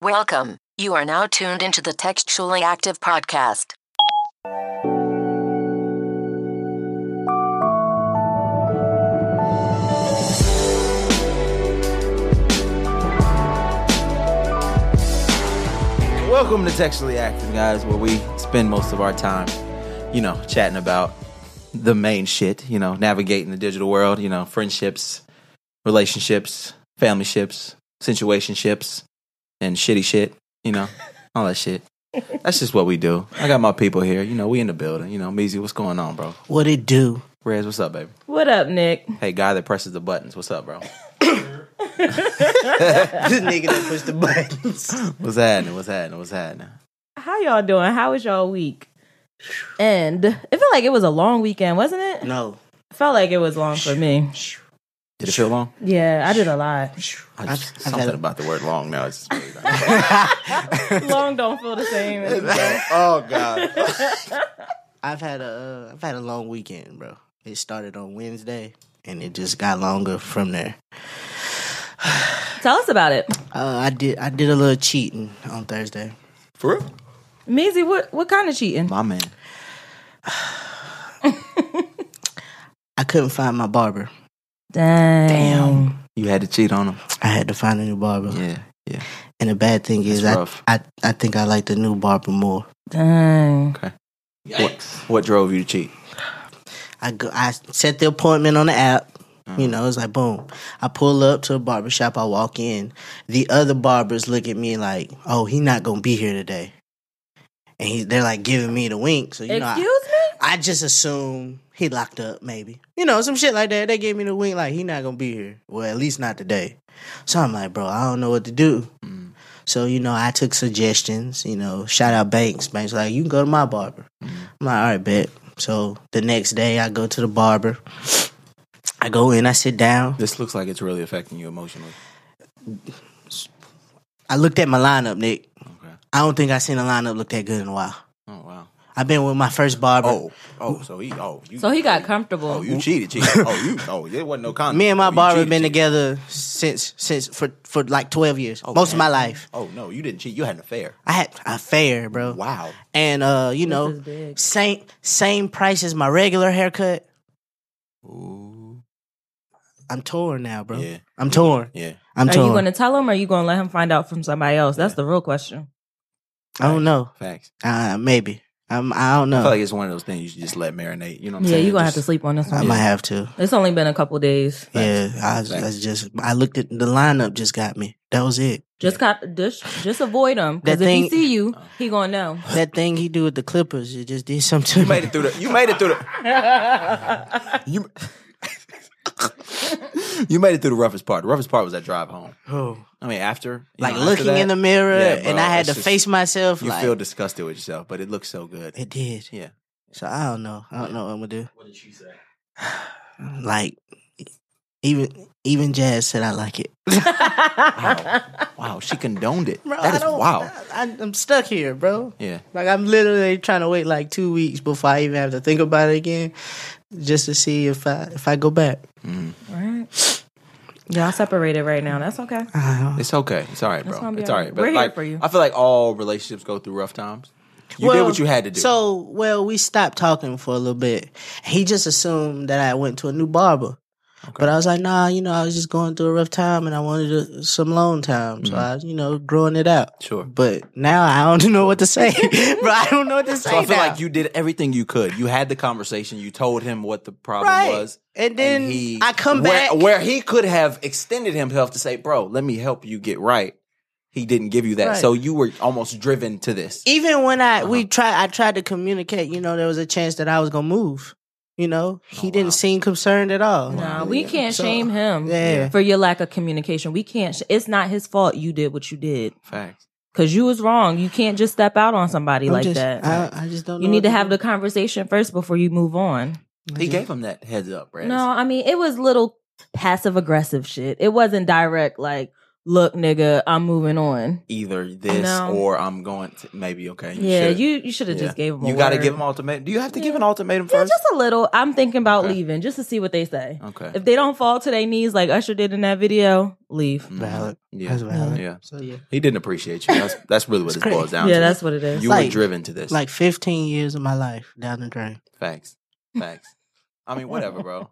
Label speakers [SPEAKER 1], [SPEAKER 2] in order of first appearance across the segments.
[SPEAKER 1] Welcome. You are now tuned into the Textually Active Podcast.
[SPEAKER 2] Welcome to Textually Active, guys, where we spend most of our time, you know, chatting about the main shit, you know, navigating the digital world, you know, friendships, relationships, family ships, situationships, and shitty shit, you know, all that shit. That's just what we do. I got my people here, you know, we in the building, you know, Measy, what's going on, bro?
[SPEAKER 3] What it do?
[SPEAKER 2] Rez, what's up, baby?
[SPEAKER 4] What up, Nick?
[SPEAKER 2] Hey, guy that presses the buttons, what's up, bro?
[SPEAKER 3] This nigga that pushed the buttons.
[SPEAKER 2] What's happening? What's happening? What's happening?
[SPEAKER 4] How y'all doing? How was y'all week? And it felt like it was a long weekend, wasn't it?
[SPEAKER 3] No.
[SPEAKER 4] It felt like it was long for me.
[SPEAKER 2] Did it feel long?
[SPEAKER 4] Yeah, I did a lot.
[SPEAKER 2] I just,
[SPEAKER 3] I've- I've
[SPEAKER 2] something
[SPEAKER 3] had-
[SPEAKER 2] about the word long now. It's really not.
[SPEAKER 4] long don't feel the same.
[SPEAKER 2] oh, God.
[SPEAKER 3] I've had a uh, I've had a long weekend, bro. It started on Wednesday and it just got longer from there.
[SPEAKER 4] Tell us about it,
[SPEAKER 3] Uh, I did I did a little cheating on Thursday.
[SPEAKER 2] For real?
[SPEAKER 4] Measy. What what kind of cheating?
[SPEAKER 2] My man.
[SPEAKER 3] I couldn't find my barber.
[SPEAKER 4] Damn.
[SPEAKER 2] You had to cheat on him.
[SPEAKER 3] I had to find a new barber.
[SPEAKER 2] Yeah, yeah.
[SPEAKER 3] And the bad thing is
[SPEAKER 2] That's
[SPEAKER 3] I,
[SPEAKER 2] rough.
[SPEAKER 3] I I think I like the new barber more.
[SPEAKER 4] Dang.
[SPEAKER 2] What drove you to cheat?
[SPEAKER 3] I go, I set the appointment on the app. You
[SPEAKER 2] Mm.
[SPEAKER 3] know, it's like boom. I pull up to a barber shop. I walk in. The other barbers look at me like, "Oh, he not gonna be here today," and he, they're like giving me the wink. So you know, I,
[SPEAKER 4] Excuse me?
[SPEAKER 3] I just assume he locked up, maybe. You know, some shit like that. They gave me the wink like he not gonna be here. Well, at least not today. So I'm like, bro, I don't know what to do. So you know, I took suggestions. You know, shout out Banks. Banks like, you can go to my barber. I'm like, all right, bet. So the next day, I go to the barber. I go in, I sit down.
[SPEAKER 2] This looks like it's really affecting you emotionally.
[SPEAKER 3] I looked at my lineup, Nick.
[SPEAKER 2] Okay.
[SPEAKER 3] I don't think I seen a lineup look that good in a while.
[SPEAKER 2] Oh wow.
[SPEAKER 3] I've been with my first barber.
[SPEAKER 2] Oh, oh. So he, oh, you.
[SPEAKER 4] So he got comfortable.
[SPEAKER 2] Oh, you cheated, cheated. oh, you. Oh, there wasn't no condom.
[SPEAKER 3] Me and my
[SPEAKER 2] Oh, you
[SPEAKER 3] barber
[SPEAKER 2] cheated,
[SPEAKER 3] been
[SPEAKER 2] cheated.
[SPEAKER 3] together since since for for like twelve years, most of my life.
[SPEAKER 2] Oh no, you didn't cheat. You had an affair.
[SPEAKER 3] I had an affair, bro.
[SPEAKER 2] Wow.
[SPEAKER 3] And uh, you
[SPEAKER 4] is
[SPEAKER 3] know,
[SPEAKER 4] big.
[SPEAKER 3] same same price as my regular haircut.
[SPEAKER 2] Ooh.
[SPEAKER 3] I'm torn now, bro.
[SPEAKER 2] Yeah.
[SPEAKER 3] I'm torn.
[SPEAKER 2] Yeah.
[SPEAKER 3] I'm
[SPEAKER 4] are
[SPEAKER 3] torn.
[SPEAKER 4] you going to tell him or are you going to let him find out from somebody else? That's the real question.
[SPEAKER 3] I don't know.
[SPEAKER 2] Facts.
[SPEAKER 3] Uh, maybe. I'm. I don't know.
[SPEAKER 2] I feel like it's one of those things you should just let marinate. You know what I'm
[SPEAKER 4] Yeah,
[SPEAKER 2] saying?
[SPEAKER 4] you're going to
[SPEAKER 2] Just-
[SPEAKER 4] have to sleep on this
[SPEAKER 3] I
[SPEAKER 4] one.
[SPEAKER 3] might have to.
[SPEAKER 4] It's only been a couple days.
[SPEAKER 3] Yeah.
[SPEAKER 2] Facts.
[SPEAKER 3] I, was- I
[SPEAKER 2] Facts.
[SPEAKER 3] was just. I looked at the lineup. Just got me. That was it.
[SPEAKER 4] Just cop, just, just avoid him because
[SPEAKER 3] That
[SPEAKER 4] if
[SPEAKER 3] thing-
[SPEAKER 4] he see you, he gonna know.
[SPEAKER 3] That thing he do with the Clippers. It just did something.
[SPEAKER 2] You made it through the. You made it through the. you. you made it through the roughest part. The roughest part was that drive home.
[SPEAKER 3] Oh.
[SPEAKER 2] I mean, after you
[SPEAKER 3] Like
[SPEAKER 2] know, after
[SPEAKER 3] looking
[SPEAKER 2] that,
[SPEAKER 3] in the mirror,
[SPEAKER 2] yeah, bro,
[SPEAKER 3] and I had
[SPEAKER 2] it's
[SPEAKER 3] to
[SPEAKER 2] just-
[SPEAKER 3] face myself.
[SPEAKER 2] You
[SPEAKER 3] like
[SPEAKER 2] feel disgusted with yourself, but it looks so good.
[SPEAKER 3] it did.
[SPEAKER 2] yeah.
[SPEAKER 3] So I don't know. I don't know what I'm gonna do. What did she say? like even even Jazz said I like it.
[SPEAKER 2] Wow. wow, she condoned it.
[SPEAKER 3] Bro,
[SPEAKER 2] that
[SPEAKER 3] I
[SPEAKER 2] is
[SPEAKER 3] don't-
[SPEAKER 2] wow.
[SPEAKER 3] I, am stuck here, bro.
[SPEAKER 2] Yeah.
[SPEAKER 3] Like I'm literally trying to wait like two weeks before I even have to think about it again, just to see if I if I go back.
[SPEAKER 4] Right. Y'all separated right now. That's okay.
[SPEAKER 2] It's okay. It's all right, bro.
[SPEAKER 4] gonna be
[SPEAKER 2] It's
[SPEAKER 4] all
[SPEAKER 2] all
[SPEAKER 4] right.
[SPEAKER 2] right. But
[SPEAKER 4] We're here
[SPEAKER 2] like,
[SPEAKER 4] for you.
[SPEAKER 2] I feel like all relationships go through rough times. You did
[SPEAKER 3] Well,
[SPEAKER 2] what you had to do.
[SPEAKER 3] So well, we stopped talking for a little bit. He just assumed that I went to a new barber. But I was like, nah, you know, I was just going through a rough time and I wanted a, some alone time. So I, you know, growing it out.
[SPEAKER 2] Mm-hmm. Sure.
[SPEAKER 3] But now I don't know what to say. Bro, I don't know what to say.
[SPEAKER 2] So I feel
[SPEAKER 3] now.
[SPEAKER 2] like you did everything you could. You had the conversation. You told him what the problem
[SPEAKER 3] Right.
[SPEAKER 2] was.
[SPEAKER 3] And then I come
[SPEAKER 2] where,
[SPEAKER 3] back-
[SPEAKER 2] where he could have extended himself to say, "Bro, let me help you get right." He didn't give you that,
[SPEAKER 3] Right.
[SPEAKER 2] so you were almost driven to this.
[SPEAKER 3] Even when I
[SPEAKER 2] Uh-huh.
[SPEAKER 3] we try I tried to communicate, you know, there was a chance that I was gonna move. You know? He
[SPEAKER 2] Oh,
[SPEAKER 3] didn't seem concerned at all.
[SPEAKER 4] Nah, we can't
[SPEAKER 3] So-
[SPEAKER 4] shame him
[SPEAKER 3] Yeah.
[SPEAKER 4] for your lack of communication. We can't. Sh- it's not his fault. You did what you did
[SPEAKER 2] Facts.
[SPEAKER 4] because you was wrong. You can't just step out on somebody
[SPEAKER 3] I'm
[SPEAKER 4] like
[SPEAKER 3] just-
[SPEAKER 4] that.
[SPEAKER 3] I, I just don't
[SPEAKER 4] you
[SPEAKER 3] know
[SPEAKER 4] need to
[SPEAKER 3] what
[SPEAKER 4] have the conversation first before you move on.
[SPEAKER 2] He gave him that heads up, right?
[SPEAKER 4] No, I mean it was little passive aggressive shit. It wasn't direct like, look, nigga, I'm moving on.
[SPEAKER 2] Either this
[SPEAKER 4] No.
[SPEAKER 2] or I'm going to maybe okay. You
[SPEAKER 4] yeah,
[SPEAKER 2] should.
[SPEAKER 4] you you should have
[SPEAKER 2] Yeah.
[SPEAKER 4] just gave him.
[SPEAKER 2] You
[SPEAKER 4] a
[SPEAKER 2] gotta
[SPEAKER 4] word.
[SPEAKER 2] give them ultimatum. Do you have to give an ultimatum
[SPEAKER 4] Yeah,
[SPEAKER 2] first?
[SPEAKER 4] just a little. I'm thinking about
[SPEAKER 2] Okay.
[SPEAKER 4] leaving just to see what they say.
[SPEAKER 2] okay.
[SPEAKER 4] If they don't fall to their knees like Usher did in that video, leave.
[SPEAKER 2] Mhm.
[SPEAKER 3] Valid. That's
[SPEAKER 2] Yeah.
[SPEAKER 3] valid.
[SPEAKER 2] Yeah.
[SPEAKER 3] So yeah.
[SPEAKER 2] He didn't appreciate you. That's that's really what
[SPEAKER 3] It's
[SPEAKER 2] this boils
[SPEAKER 3] crazy.
[SPEAKER 2] down
[SPEAKER 4] yeah,
[SPEAKER 2] to.
[SPEAKER 4] that's what it is.
[SPEAKER 2] you
[SPEAKER 3] Like-
[SPEAKER 2] were driven to this.
[SPEAKER 3] Like 15 years of my life down the drain.
[SPEAKER 2] facts. Facts. I mean, whatever, bro.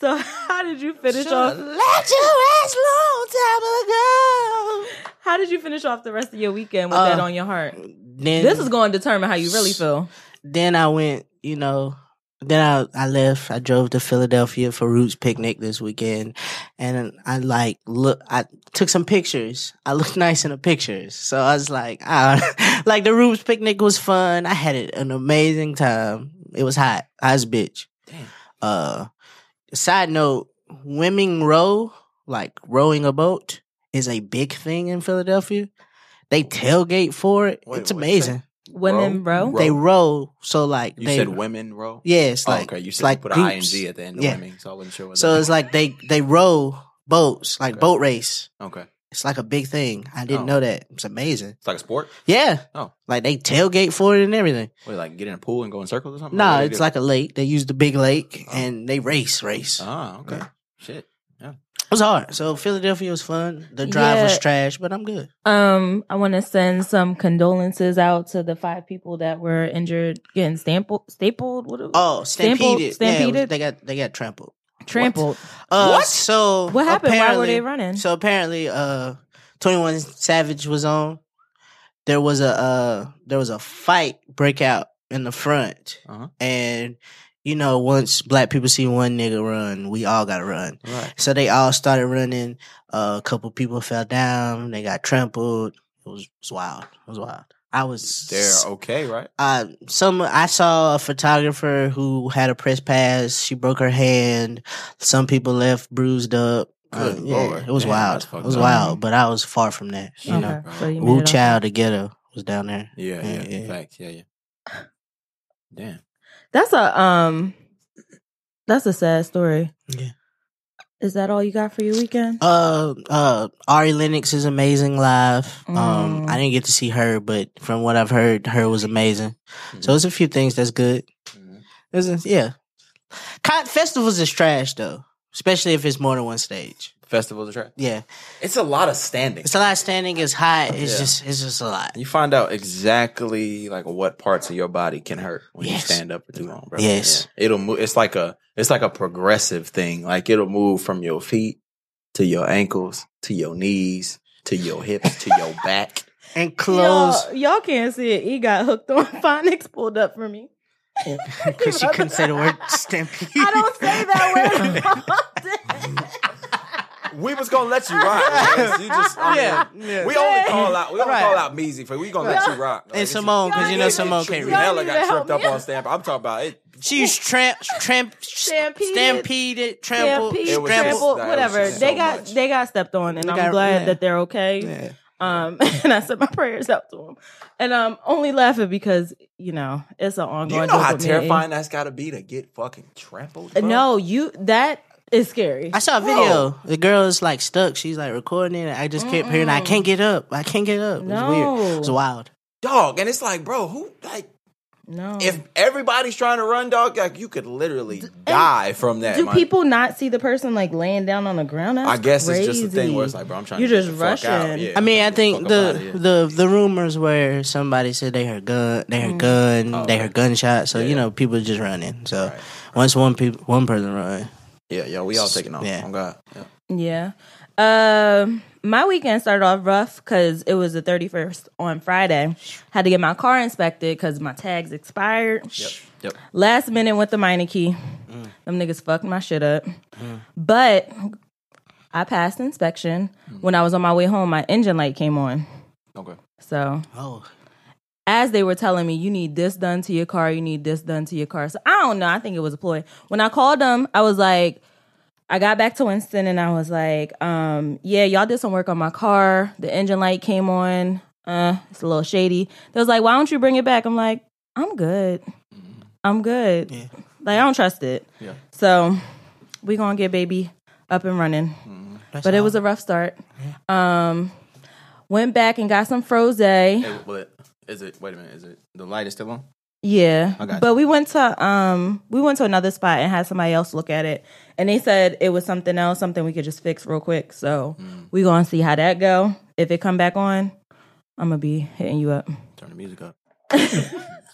[SPEAKER 4] so how did you finish
[SPEAKER 2] Shoulda
[SPEAKER 4] off?
[SPEAKER 2] Let your ass long time ago.
[SPEAKER 4] How did you finish off the rest of your weekend with
[SPEAKER 3] Uh,
[SPEAKER 4] that on your heart?
[SPEAKER 3] Then
[SPEAKER 4] This is going to determine how you really feel.
[SPEAKER 3] then I went, you know, then I, I left. I drove to Philadelphia for Roots picnic this weekend, and I like look. I took some pictures. I looked nice in the pictures, so I was like, ah, like the Roots picnic was fun. I had it an amazing time. It was hot, hot as a bitch.
[SPEAKER 2] Damn.
[SPEAKER 3] Uh, side note: Women row, like rowing a boat, is a big thing in Philadelphia. They tailgate for it.
[SPEAKER 2] Wait, what'd
[SPEAKER 3] it's
[SPEAKER 2] you
[SPEAKER 3] amazing.
[SPEAKER 4] Women, bro.
[SPEAKER 2] Row.
[SPEAKER 3] They row, so like
[SPEAKER 2] You
[SPEAKER 3] they
[SPEAKER 2] said women row?
[SPEAKER 3] yeah, it's
[SPEAKER 2] Oh,
[SPEAKER 3] like
[SPEAKER 2] okay. You
[SPEAKER 3] it's
[SPEAKER 2] said
[SPEAKER 3] like
[SPEAKER 2] you put an
[SPEAKER 3] groups.
[SPEAKER 2] ing at the end of
[SPEAKER 3] Yeah.
[SPEAKER 2] women, so I wasn't sure. What
[SPEAKER 3] So
[SPEAKER 2] that
[SPEAKER 3] it's like they they row boats, like
[SPEAKER 2] Okay.
[SPEAKER 3] boat race.
[SPEAKER 2] okay,
[SPEAKER 3] It's like a big thing. I didn't
[SPEAKER 2] Oh.
[SPEAKER 3] know that. It's amazing.
[SPEAKER 2] it's like a sport.
[SPEAKER 3] Yeah.
[SPEAKER 2] Oh.
[SPEAKER 3] Like they tailgate for it and everything.
[SPEAKER 2] What, like get in a pool and go in circles or something?
[SPEAKER 3] nah,
[SPEAKER 2] What do you
[SPEAKER 3] it's
[SPEAKER 2] do?
[SPEAKER 3] like a lake. They use the big lake
[SPEAKER 2] Oh.
[SPEAKER 3] and they race, race.
[SPEAKER 2] ah, okay, shit.
[SPEAKER 3] It was hard. So Philadelphia was fun. The drive was
[SPEAKER 4] Yeah.
[SPEAKER 3] trash, but I'm good.
[SPEAKER 4] Um, I want to send some condolences out to the five people that were injured getting stapled. Stapled. What?
[SPEAKER 2] Uh,
[SPEAKER 4] it-
[SPEAKER 3] Oh,
[SPEAKER 4] Stampled-
[SPEAKER 3] stampeded. Yeah, it was-
[SPEAKER 4] stampeded?
[SPEAKER 3] they got they got trampled.
[SPEAKER 4] trampled.
[SPEAKER 3] Uh,
[SPEAKER 2] What?
[SPEAKER 3] So
[SPEAKER 4] What, happened? Why were
[SPEAKER 3] apparently-
[SPEAKER 4] they running?
[SPEAKER 3] So apparently, uh, Twenty One Savage was on. There was a uh, there was a fight breakout in the front,
[SPEAKER 2] Uh-huh.
[SPEAKER 3] and you know, once black people see one nigga run, we all gotta run.
[SPEAKER 2] Right.
[SPEAKER 3] So they all started running. Uh, a couple people fell down. They got trampled. It was, it was wild. It was wild. I was
[SPEAKER 2] They're okay, right?
[SPEAKER 3] uh, some I saw a photographer who had a press pass. She broke her hand. Some people left bruised up. Uh,
[SPEAKER 2] Good
[SPEAKER 3] yeah,
[SPEAKER 2] Lord.
[SPEAKER 3] it was
[SPEAKER 2] Damn, that's
[SPEAKER 3] wild.
[SPEAKER 2] fucked
[SPEAKER 3] It was
[SPEAKER 2] up.
[SPEAKER 3] wild, but I was far from that. You
[SPEAKER 2] Okay.
[SPEAKER 3] know,
[SPEAKER 4] so you made
[SPEAKER 3] Wu
[SPEAKER 4] it off.
[SPEAKER 3] Chow the ghetto was down there.
[SPEAKER 2] Yeah,
[SPEAKER 3] Yeah,
[SPEAKER 2] yeah,
[SPEAKER 3] yeah.
[SPEAKER 2] Facts. Yeah, yeah. Damn.
[SPEAKER 4] That's a um. That's a sad story.
[SPEAKER 3] Yeah.
[SPEAKER 4] Is that all you got for your weekend?
[SPEAKER 3] Uh, uh, Ari Lennox is amazing live. Um,
[SPEAKER 4] Mm.
[SPEAKER 3] I didn't get to see her, but from what I've heard, her was amazing. So
[SPEAKER 2] Hmm.
[SPEAKER 3] it's a few things that's good.
[SPEAKER 2] Mhm.
[SPEAKER 3] It's a- yeah, Con- festivals is trash though, especially if it's more than one stage.
[SPEAKER 2] Festivals are trash.
[SPEAKER 3] Yeah,
[SPEAKER 2] It's a lot of standing.
[SPEAKER 3] it's a lot of standing. It's hot. It's
[SPEAKER 2] Yeah.
[SPEAKER 3] just, it's just a lot.
[SPEAKER 2] you find out exactly like what parts of your body can hurt when
[SPEAKER 3] Yes.
[SPEAKER 2] you stand up for too long, bro.
[SPEAKER 3] Yes.
[SPEAKER 2] Yeah. It'll move it's like a it's like a progressive thing. Like it'll move from your feet to your ankles to your knees to your hips to your back.
[SPEAKER 3] and clothes
[SPEAKER 4] Y'all, y'all can't see it. He got hooked on phonics pulled up for me.
[SPEAKER 3] because she couldn't say the word stampede.
[SPEAKER 4] I don't say that word.
[SPEAKER 2] We was gonna let you rock. man. You just, I mean,
[SPEAKER 3] Yeah, yeah.
[SPEAKER 2] We only call out. We only
[SPEAKER 3] Right.
[SPEAKER 2] call out Measy for. We gonna let you rock.
[SPEAKER 3] And Simone, 'cause you know Simone can't
[SPEAKER 2] You
[SPEAKER 3] rap.
[SPEAKER 2] hella
[SPEAKER 4] Y'all
[SPEAKER 2] got
[SPEAKER 4] need to
[SPEAKER 2] tripped
[SPEAKER 4] help
[SPEAKER 2] up
[SPEAKER 4] me.
[SPEAKER 2] on stamp. I'm talking about it.
[SPEAKER 3] She was tramp, tramp,
[SPEAKER 4] Stampeded.
[SPEAKER 3] stampeded, trampled,
[SPEAKER 4] Stampede,
[SPEAKER 2] It was just-
[SPEAKER 3] trampled.
[SPEAKER 4] trampled,
[SPEAKER 2] that was
[SPEAKER 4] whatever.
[SPEAKER 2] just
[SPEAKER 4] They
[SPEAKER 2] so
[SPEAKER 4] got
[SPEAKER 2] much.
[SPEAKER 4] they got stepped on, and
[SPEAKER 3] They
[SPEAKER 4] I'm
[SPEAKER 3] got-
[SPEAKER 4] glad
[SPEAKER 3] yeah.
[SPEAKER 4] that they're okay.
[SPEAKER 3] Yeah.
[SPEAKER 4] Um, and I sent my prayers out to him, and I'm only laughing because you know it's an
[SPEAKER 2] Do
[SPEAKER 4] ongoing.
[SPEAKER 2] you know
[SPEAKER 4] joke
[SPEAKER 2] how
[SPEAKER 4] with me.
[SPEAKER 2] terrifying that's got to be to get fucking trampled?
[SPEAKER 4] Uh,
[SPEAKER 2] bro?
[SPEAKER 4] No, you that is scary.
[SPEAKER 3] I saw a video. The girl is like stuck. She's like recording it. And I just kept hearing, "I can't get up. I can't get up." It was weird. It was
[SPEAKER 4] Mm. No.
[SPEAKER 3] wild.
[SPEAKER 2] dog. And it's like, bro, who like
[SPEAKER 4] no,
[SPEAKER 2] if
[SPEAKER 3] Mm.
[SPEAKER 2] everybody's trying to run, dog, like you could literally die from that.
[SPEAKER 4] do
[SPEAKER 2] man.
[SPEAKER 4] people not see the person like laying down on the ground? That's
[SPEAKER 2] I guess it's just a
[SPEAKER 4] crazy.
[SPEAKER 2] thing where it's like, bro, I'm trying
[SPEAKER 4] You
[SPEAKER 2] to get
[SPEAKER 4] just
[SPEAKER 2] the fuck out.
[SPEAKER 4] rushing.
[SPEAKER 2] Yeah,
[SPEAKER 3] I mean, I
[SPEAKER 2] get the
[SPEAKER 3] think
[SPEAKER 2] fuck
[SPEAKER 3] the
[SPEAKER 2] up outta here.
[SPEAKER 3] the the rumors where somebody said they heard gun, they
[SPEAKER 4] Mm.
[SPEAKER 3] heard gun, they heard gunshot. So you know, people just running. So
[SPEAKER 2] Oh, Right.
[SPEAKER 3] once one people one person run,
[SPEAKER 2] yeah, yeah, we all taking off.
[SPEAKER 3] Yeah.
[SPEAKER 2] Oh God, yeah.
[SPEAKER 4] Yeah. Um, my weekend started off rough because it was the 31st on Friday. Had to get my car inspected because my tags expired.
[SPEAKER 2] yep, Mm. yep.
[SPEAKER 4] Last minute went the minor key. Them niggas fucked my shit up.
[SPEAKER 2] Mm.
[SPEAKER 4] But I passed inspection. When I was on my way home, my engine light came on.
[SPEAKER 2] Mm. Okay,
[SPEAKER 4] So
[SPEAKER 3] oh,
[SPEAKER 4] as they were telling me, you need this done to your car, you need this done to your car. So I don't know. I think it was a ploy. When I called them, I was like, I got back to Winston and I was like, um, yeah, y'all did some work on my car. The engine light came on. Uh, it's a little shady. They was like, why don't you bring it back? I'm like, I'm good. I'm good.
[SPEAKER 3] Yeah.
[SPEAKER 4] Like I don't trust it.
[SPEAKER 2] Yeah.
[SPEAKER 4] So we gonna get baby up and running. but it was a rough start. Um, went back and got some froze. Yeah,
[SPEAKER 2] Hey, what is it? Wait a minute. Is it the light is still on? I got
[SPEAKER 4] but we went to um we went to another spot and had somebody else look at it, and they said it was something else, something we could just fix real quick. So
[SPEAKER 2] Mm.
[SPEAKER 4] we gonna see how that go. If it come back on, I'm gonna be hitting you up.
[SPEAKER 2] Turn the music up.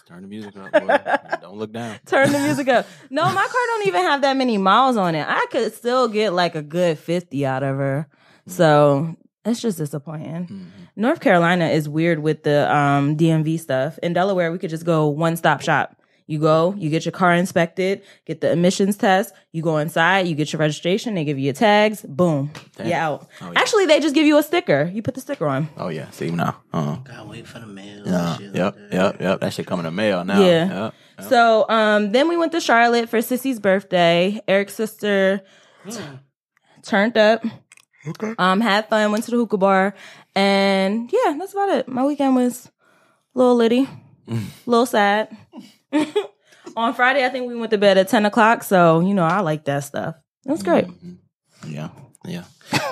[SPEAKER 2] Turn the music up. Boy. Don't look down.
[SPEAKER 4] Turn the music up. No, my car don't even have that many miles on it. I could still get like a good 50 out of her. So it's just disappointing.
[SPEAKER 2] Mm-hmm.
[SPEAKER 4] North Carolina is weird with the um, DMV stuff. In Delaware, we could just go one stop shop. You go, you get your car inspected, get the emissions test, you go inside, you get your registration, they give you your tags, boom, you're out.
[SPEAKER 2] Oh, yeah.
[SPEAKER 4] Actually, they just give you a sticker. You put the sticker on.
[SPEAKER 2] Oh yeah. See now. Uh-huh.
[SPEAKER 3] Gotta wait for the mail.
[SPEAKER 2] Uh,
[SPEAKER 3] and shit
[SPEAKER 2] yep.
[SPEAKER 3] like that.
[SPEAKER 2] Yep. Yep. That shit coming to mail now.
[SPEAKER 4] Yeah.
[SPEAKER 2] Yep.
[SPEAKER 4] So um, then we went to Charlotte for Sissy's birthday. Eric's sister t-
[SPEAKER 2] Hmm.
[SPEAKER 4] turned up. Okay. Um, had fun, went to the hookah bar, and yeah, that's about it. My weekend was a little litty, little sad. On Friday, I think we went to bed at ten o'clock, so you know I like that stuff. It was great.
[SPEAKER 2] Mm. Yeah. Yeah.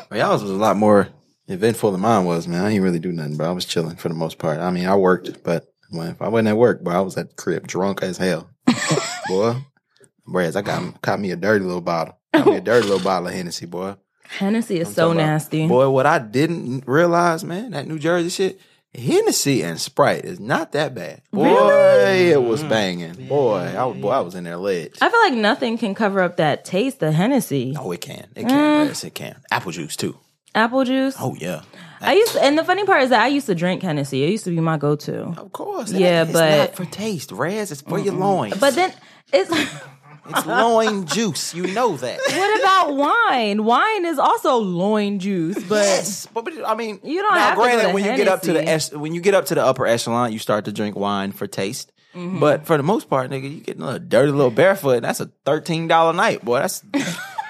[SPEAKER 2] Well, y'all's was a lot more eventful than mine was, man. I didn't really do nothing, but I was chilling for the most part. I mean, I worked, but when, if I wasn't at work, but I was at the crib drunk as hell. boy. Whereas I got caught me a dirty little bottle. Got me a dirty little bottle of Hennessy, boy.
[SPEAKER 4] Hennessy is so
[SPEAKER 2] talking about-
[SPEAKER 4] nasty.
[SPEAKER 2] Boy, what I didn't realize, man, that New Jersey shit, Hennessy and Sprite is not that bad. Boy, it was banging. Boy, I was, boy, I was in there lit.
[SPEAKER 4] I feel like nothing can cover up that taste of Hennessy.
[SPEAKER 2] Oh, it can. It
[SPEAKER 4] mm.
[SPEAKER 2] can. Yes, it can. Apple juice too.
[SPEAKER 4] Apple juice.
[SPEAKER 2] Oh yeah.
[SPEAKER 4] I used, and the funny part is that I used to drink Hennessy. It used to be my go-to.
[SPEAKER 2] Of course.
[SPEAKER 4] Yeah,
[SPEAKER 2] it's
[SPEAKER 4] but-
[SPEAKER 2] not for taste. Raz, it's for your loins.
[SPEAKER 4] But then it's
[SPEAKER 2] it's loin juice. You know that.
[SPEAKER 4] what about wine? Wine is also loin juice, but
[SPEAKER 2] Yes, but, but I mean,
[SPEAKER 4] You don't
[SPEAKER 2] now,
[SPEAKER 4] have to go
[SPEAKER 2] granted,
[SPEAKER 4] to
[SPEAKER 2] when you get up to the
[SPEAKER 4] Hennessy.
[SPEAKER 2] es- when you get up to the upper echelon, you start to drink wine for taste.
[SPEAKER 4] Mm-hmm.
[SPEAKER 2] But for the most part, nigga, you get a little dirty little barefoot, and that's a thirteen dollar night, boy. That's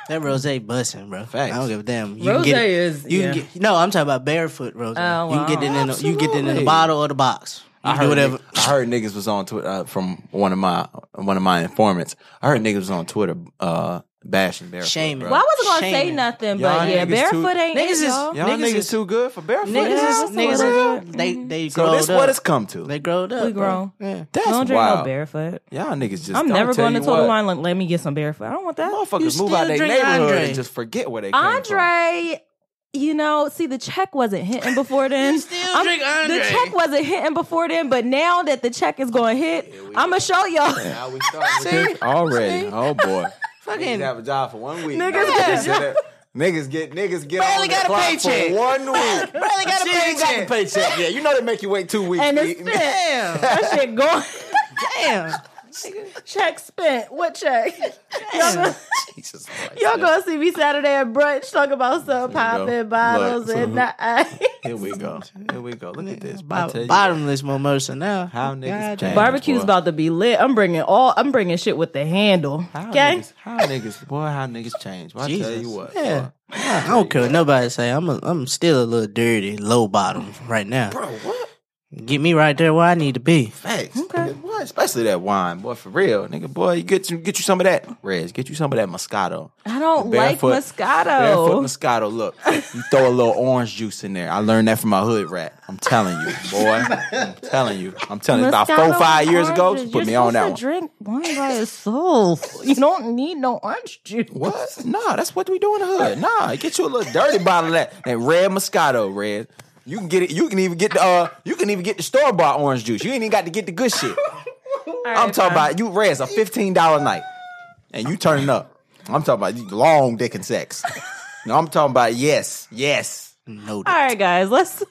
[SPEAKER 3] That rose bussin', bro.
[SPEAKER 2] Facts.
[SPEAKER 3] I don't give a damn. You
[SPEAKER 4] Rose
[SPEAKER 3] can get it-
[SPEAKER 4] is
[SPEAKER 3] You
[SPEAKER 4] yeah.
[SPEAKER 3] can get, no, I'm talking about barefoot rose.
[SPEAKER 4] Oh,
[SPEAKER 3] You can get it in the, you get it in the
[SPEAKER 2] Absolutely.
[SPEAKER 3] bottle or the box. You
[SPEAKER 2] I
[SPEAKER 3] do
[SPEAKER 2] heard,
[SPEAKER 3] whatever.
[SPEAKER 2] nigg- I heard niggas was on Twitter uh, from one of my one of my informants. I heard niggas was on Twitter uh, bashing barefoot.
[SPEAKER 3] Shaming.
[SPEAKER 2] bro.
[SPEAKER 4] well, I wasn't gonna say
[SPEAKER 3] Shaming.
[SPEAKER 4] nothing,
[SPEAKER 2] Y'all
[SPEAKER 4] but yeah,
[SPEAKER 2] niggas
[SPEAKER 4] barefoot
[SPEAKER 2] too-
[SPEAKER 4] ain't
[SPEAKER 3] Niggas
[SPEAKER 4] it,
[SPEAKER 3] is-
[SPEAKER 4] y'all.
[SPEAKER 2] Y'all
[SPEAKER 3] Niggas
[SPEAKER 2] niggas,
[SPEAKER 3] is-
[SPEAKER 2] too good for barefoot.
[SPEAKER 3] Niggas
[SPEAKER 4] Yeah,
[SPEAKER 3] is
[SPEAKER 4] that's
[SPEAKER 3] niggas.
[SPEAKER 4] what I
[SPEAKER 3] Is,
[SPEAKER 4] heard.
[SPEAKER 3] they they
[SPEAKER 2] so
[SPEAKER 3] grow
[SPEAKER 2] this
[SPEAKER 3] up.
[SPEAKER 2] what it's come to.
[SPEAKER 3] they growed up.
[SPEAKER 4] Mm-hmm. We grown.
[SPEAKER 3] Yeah.
[SPEAKER 2] That's
[SPEAKER 4] I don't drink
[SPEAKER 2] wild.
[SPEAKER 4] no barefoot.
[SPEAKER 2] Y'all niggas just.
[SPEAKER 4] I'm
[SPEAKER 2] I'll
[SPEAKER 4] never
[SPEAKER 2] tell
[SPEAKER 4] going to
[SPEAKER 2] you
[SPEAKER 4] Total
[SPEAKER 2] what,
[SPEAKER 4] Wine. Let, let me get some barefoot. I don't want that.
[SPEAKER 2] Motherfuckers
[SPEAKER 3] You
[SPEAKER 2] move out
[SPEAKER 3] still
[SPEAKER 2] their
[SPEAKER 3] drink
[SPEAKER 2] neighborhood
[SPEAKER 3] Andre.
[SPEAKER 2] and just forget where they came from.
[SPEAKER 4] Andre, you know, see the check wasn't hitting before then.
[SPEAKER 3] still
[SPEAKER 4] I'm-
[SPEAKER 3] drink Andre.
[SPEAKER 4] The check wasn't hitting before then, but now that the check is going to hit, I'm gonna show y'all.
[SPEAKER 2] Now we starting with this already. Oh boy. Fucking have a job for one week.
[SPEAKER 4] Niggas get a
[SPEAKER 2] job. Niggas get niggas get
[SPEAKER 3] Barely
[SPEAKER 2] on the
[SPEAKER 3] got a
[SPEAKER 2] clock
[SPEAKER 3] paycheck.
[SPEAKER 2] for one week.
[SPEAKER 3] Barely got a
[SPEAKER 2] Shit, ain't
[SPEAKER 3] paycheck.
[SPEAKER 2] Got a paycheck. Yeah, you know they make you wait two weeks.
[SPEAKER 4] And it's
[SPEAKER 2] E-
[SPEAKER 4] spent. That shit going.
[SPEAKER 3] Damn.
[SPEAKER 4] check spent. What check? Y'all gonna-
[SPEAKER 2] Jesus Christ.
[SPEAKER 4] Y'all gonna see me Saturday at brunch talk about some popping
[SPEAKER 2] Look, Mm-hmm.
[SPEAKER 4] bottles
[SPEAKER 2] so-
[SPEAKER 4] and not.
[SPEAKER 2] Here we go. Here we go. Look at this. I tell
[SPEAKER 3] Bo-
[SPEAKER 2] you
[SPEAKER 3] Bottomless mimosa now.
[SPEAKER 2] How niggas
[SPEAKER 3] God
[SPEAKER 2] change.
[SPEAKER 3] damn.
[SPEAKER 4] Barbecue's about to be lit. I'm bringing all. I'm bringing shit with the handle.
[SPEAKER 2] How
[SPEAKER 4] Okay.
[SPEAKER 2] niggas, how niggas, boy, how niggas change. Well, I tell
[SPEAKER 3] Jesus.
[SPEAKER 2] you what.
[SPEAKER 3] Yeah.
[SPEAKER 2] boy.
[SPEAKER 3] I don't care what nobody say. I'm a, I'm still a little dirty, low bottom right now.
[SPEAKER 2] Bro, what?
[SPEAKER 3] Get me right there where I need to be.
[SPEAKER 2] Facts. Okay. What? Especially that wine, boy, for real. Nigga, boy, you get you get you some of that. Rez, get you some of that Moscato.
[SPEAKER 4] I don't
[SPEAKER 2] Barefoot-
[SPEAKER 4] like
[SPEAKER 2] Barefoot
[SPEAKER 4] Moscato.
[SPEAKER 2] Moscato. Look, you throw a little orange juice in there. I learned that from my hood rat. I'm telling you, boy. I'm telling you. I'm telling you. About four,
[SPEAKER 4] Moscato
[SPEAKER 2] five
[SPEAKER 4] with
[SPEAKER 2] years ago,
[SPEAKER 4] oranges.
[SPEAKER 2] she put
[SPEAKER 4] You're
[SPEAKER 2] me on
[SPEAKER 4] supposed
[SPEAKER 2] that
[SPEAKER 4] to
[SPEAKER 2] one.
[SPEAKER 4] Drink wine by itself. You don't need no orange juice.
[SPEAKER 2] What? Nah, that's what we do in the hood. Nah, get you a little dirty bottle of that that red Moscato, red. You can get it. You can even get the. Uh, you can even get the store bought orange juice. You ain't even got to get the good shit. I'm talking about you res a fifteen dollar night, and you turning up. I'm talking about you long dick and sex. No, I'm talking about yes, yes.
[SPEAKER 3] No,
[SPEAKER 4] All right, guys. Let's